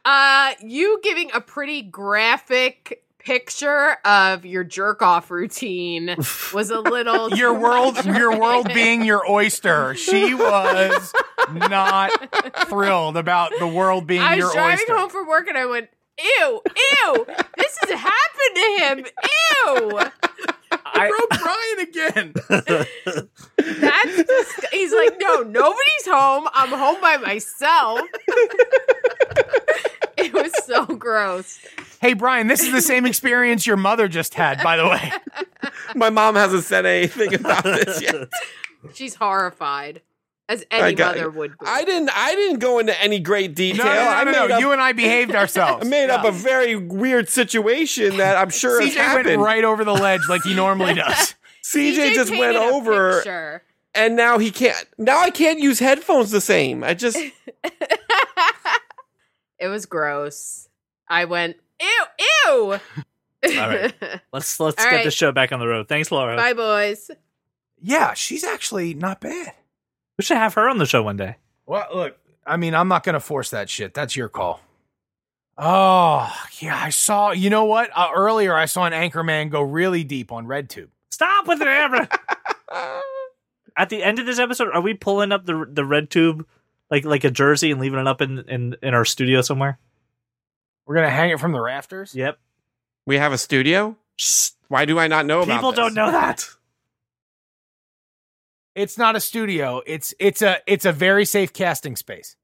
Speaker 5: uh, you giving a pretty graphic picture of your jerk
Speaker 3: *laughs*
Speaker 5: off routine was a little
Speaker 2: Your
Speaker 5: too
Speaker 2: world,
Speaker 5: much.
Speaker 2: your world
Speaker 5: *laughs*
Speaker 2: being your oyster. She was
Speaker 5: *laughs*
Speaker 2: not thrilled about the world being
Speaker 5: I
Speaker 2: your
Speaker 5: was driving
Speaker 2: oyster.
Speaker 5: home from work and I went, ew, ew, this has happened to him. Ew.
Speaker 1: I,
Speaker 2: Brian again.
Speaker 5: That's just, he's like, no, nobody's home. I'm home by myself. *laughs* it was so gross.
Speaker 2: *laughs* Hey Brian, this is the same experience your mother just had, by the way.
Speaker 3: *laughs* My mom hasn't said anything about this
Speaker 5: *laughs*
Speaker 3: yet.
Speaker 5: She's horrified, as
Speaker 3: I
Speaker 5: any
Speaker 3: got-
Speaker 5: mother would be.
Speaker 3: I didn't I didn't go into any great
Speaker 2: No,
Speaker 3: detail.
Speaker 2: no, no,
Speaker 3: I
Speaker 2: no,
Speaker 3: made
Speaker 2: no,
Speaker 3: up-
Speaker 2: You and I behaved
Speaker 3: *laughs* I
Speaker 2: ourselves.
Speaker 3: made up a very weird situation that I'm sure has
Speaker 2: CJ went
Speaker 3: happened.
Speaker 2: right over the ledge like he
Speaker 3: *laughs*
Speaker 2: normally does.
Speaker 3: CJ, just went
Speaker 5: painted a
Speaker 3: over
Speaker 5: picture.
Speaker 3: and now he can't now I can't use headphones the same. I just
Speaker 5: It was gross. I went, ew, ew.
Speaker 1: All right. let's let's
Speaker 5: All
Speaker 1: get
Speaker 5: right.
Speaker 1: the show back on the road. Thanks, Laura.
Speaker 5: *laughs* Bye, boys.
Speaker 2: Yeah, she's actually not bad.
Speaker 1: We should have her on the show one day.
Speaker 2: Well, look, I mean, I'm not going to force that shit. That's your call. Oh, yeah, I saw, you know what? Uh, earlier, I saw an Anchorman go really deep on RedTube.
Speaker 1: Stop with it, Amber. At the end of this episode, are we pulling up the the red tube like like a jersey and leaving it up in in, in our studio somewhere?
Speaker 2: We're going to hang it from the rafters?
Speaker 1: Yep.
Speaker 3: we have a studio?
Speaker 1: Shh.
Speaker 3: Why do I not know about
Speaker 1: People
Speaker 3: this?
Speaker 1: don't know that.
Speaker 2: It's not a studio. It's it's a it's a very safe casting space.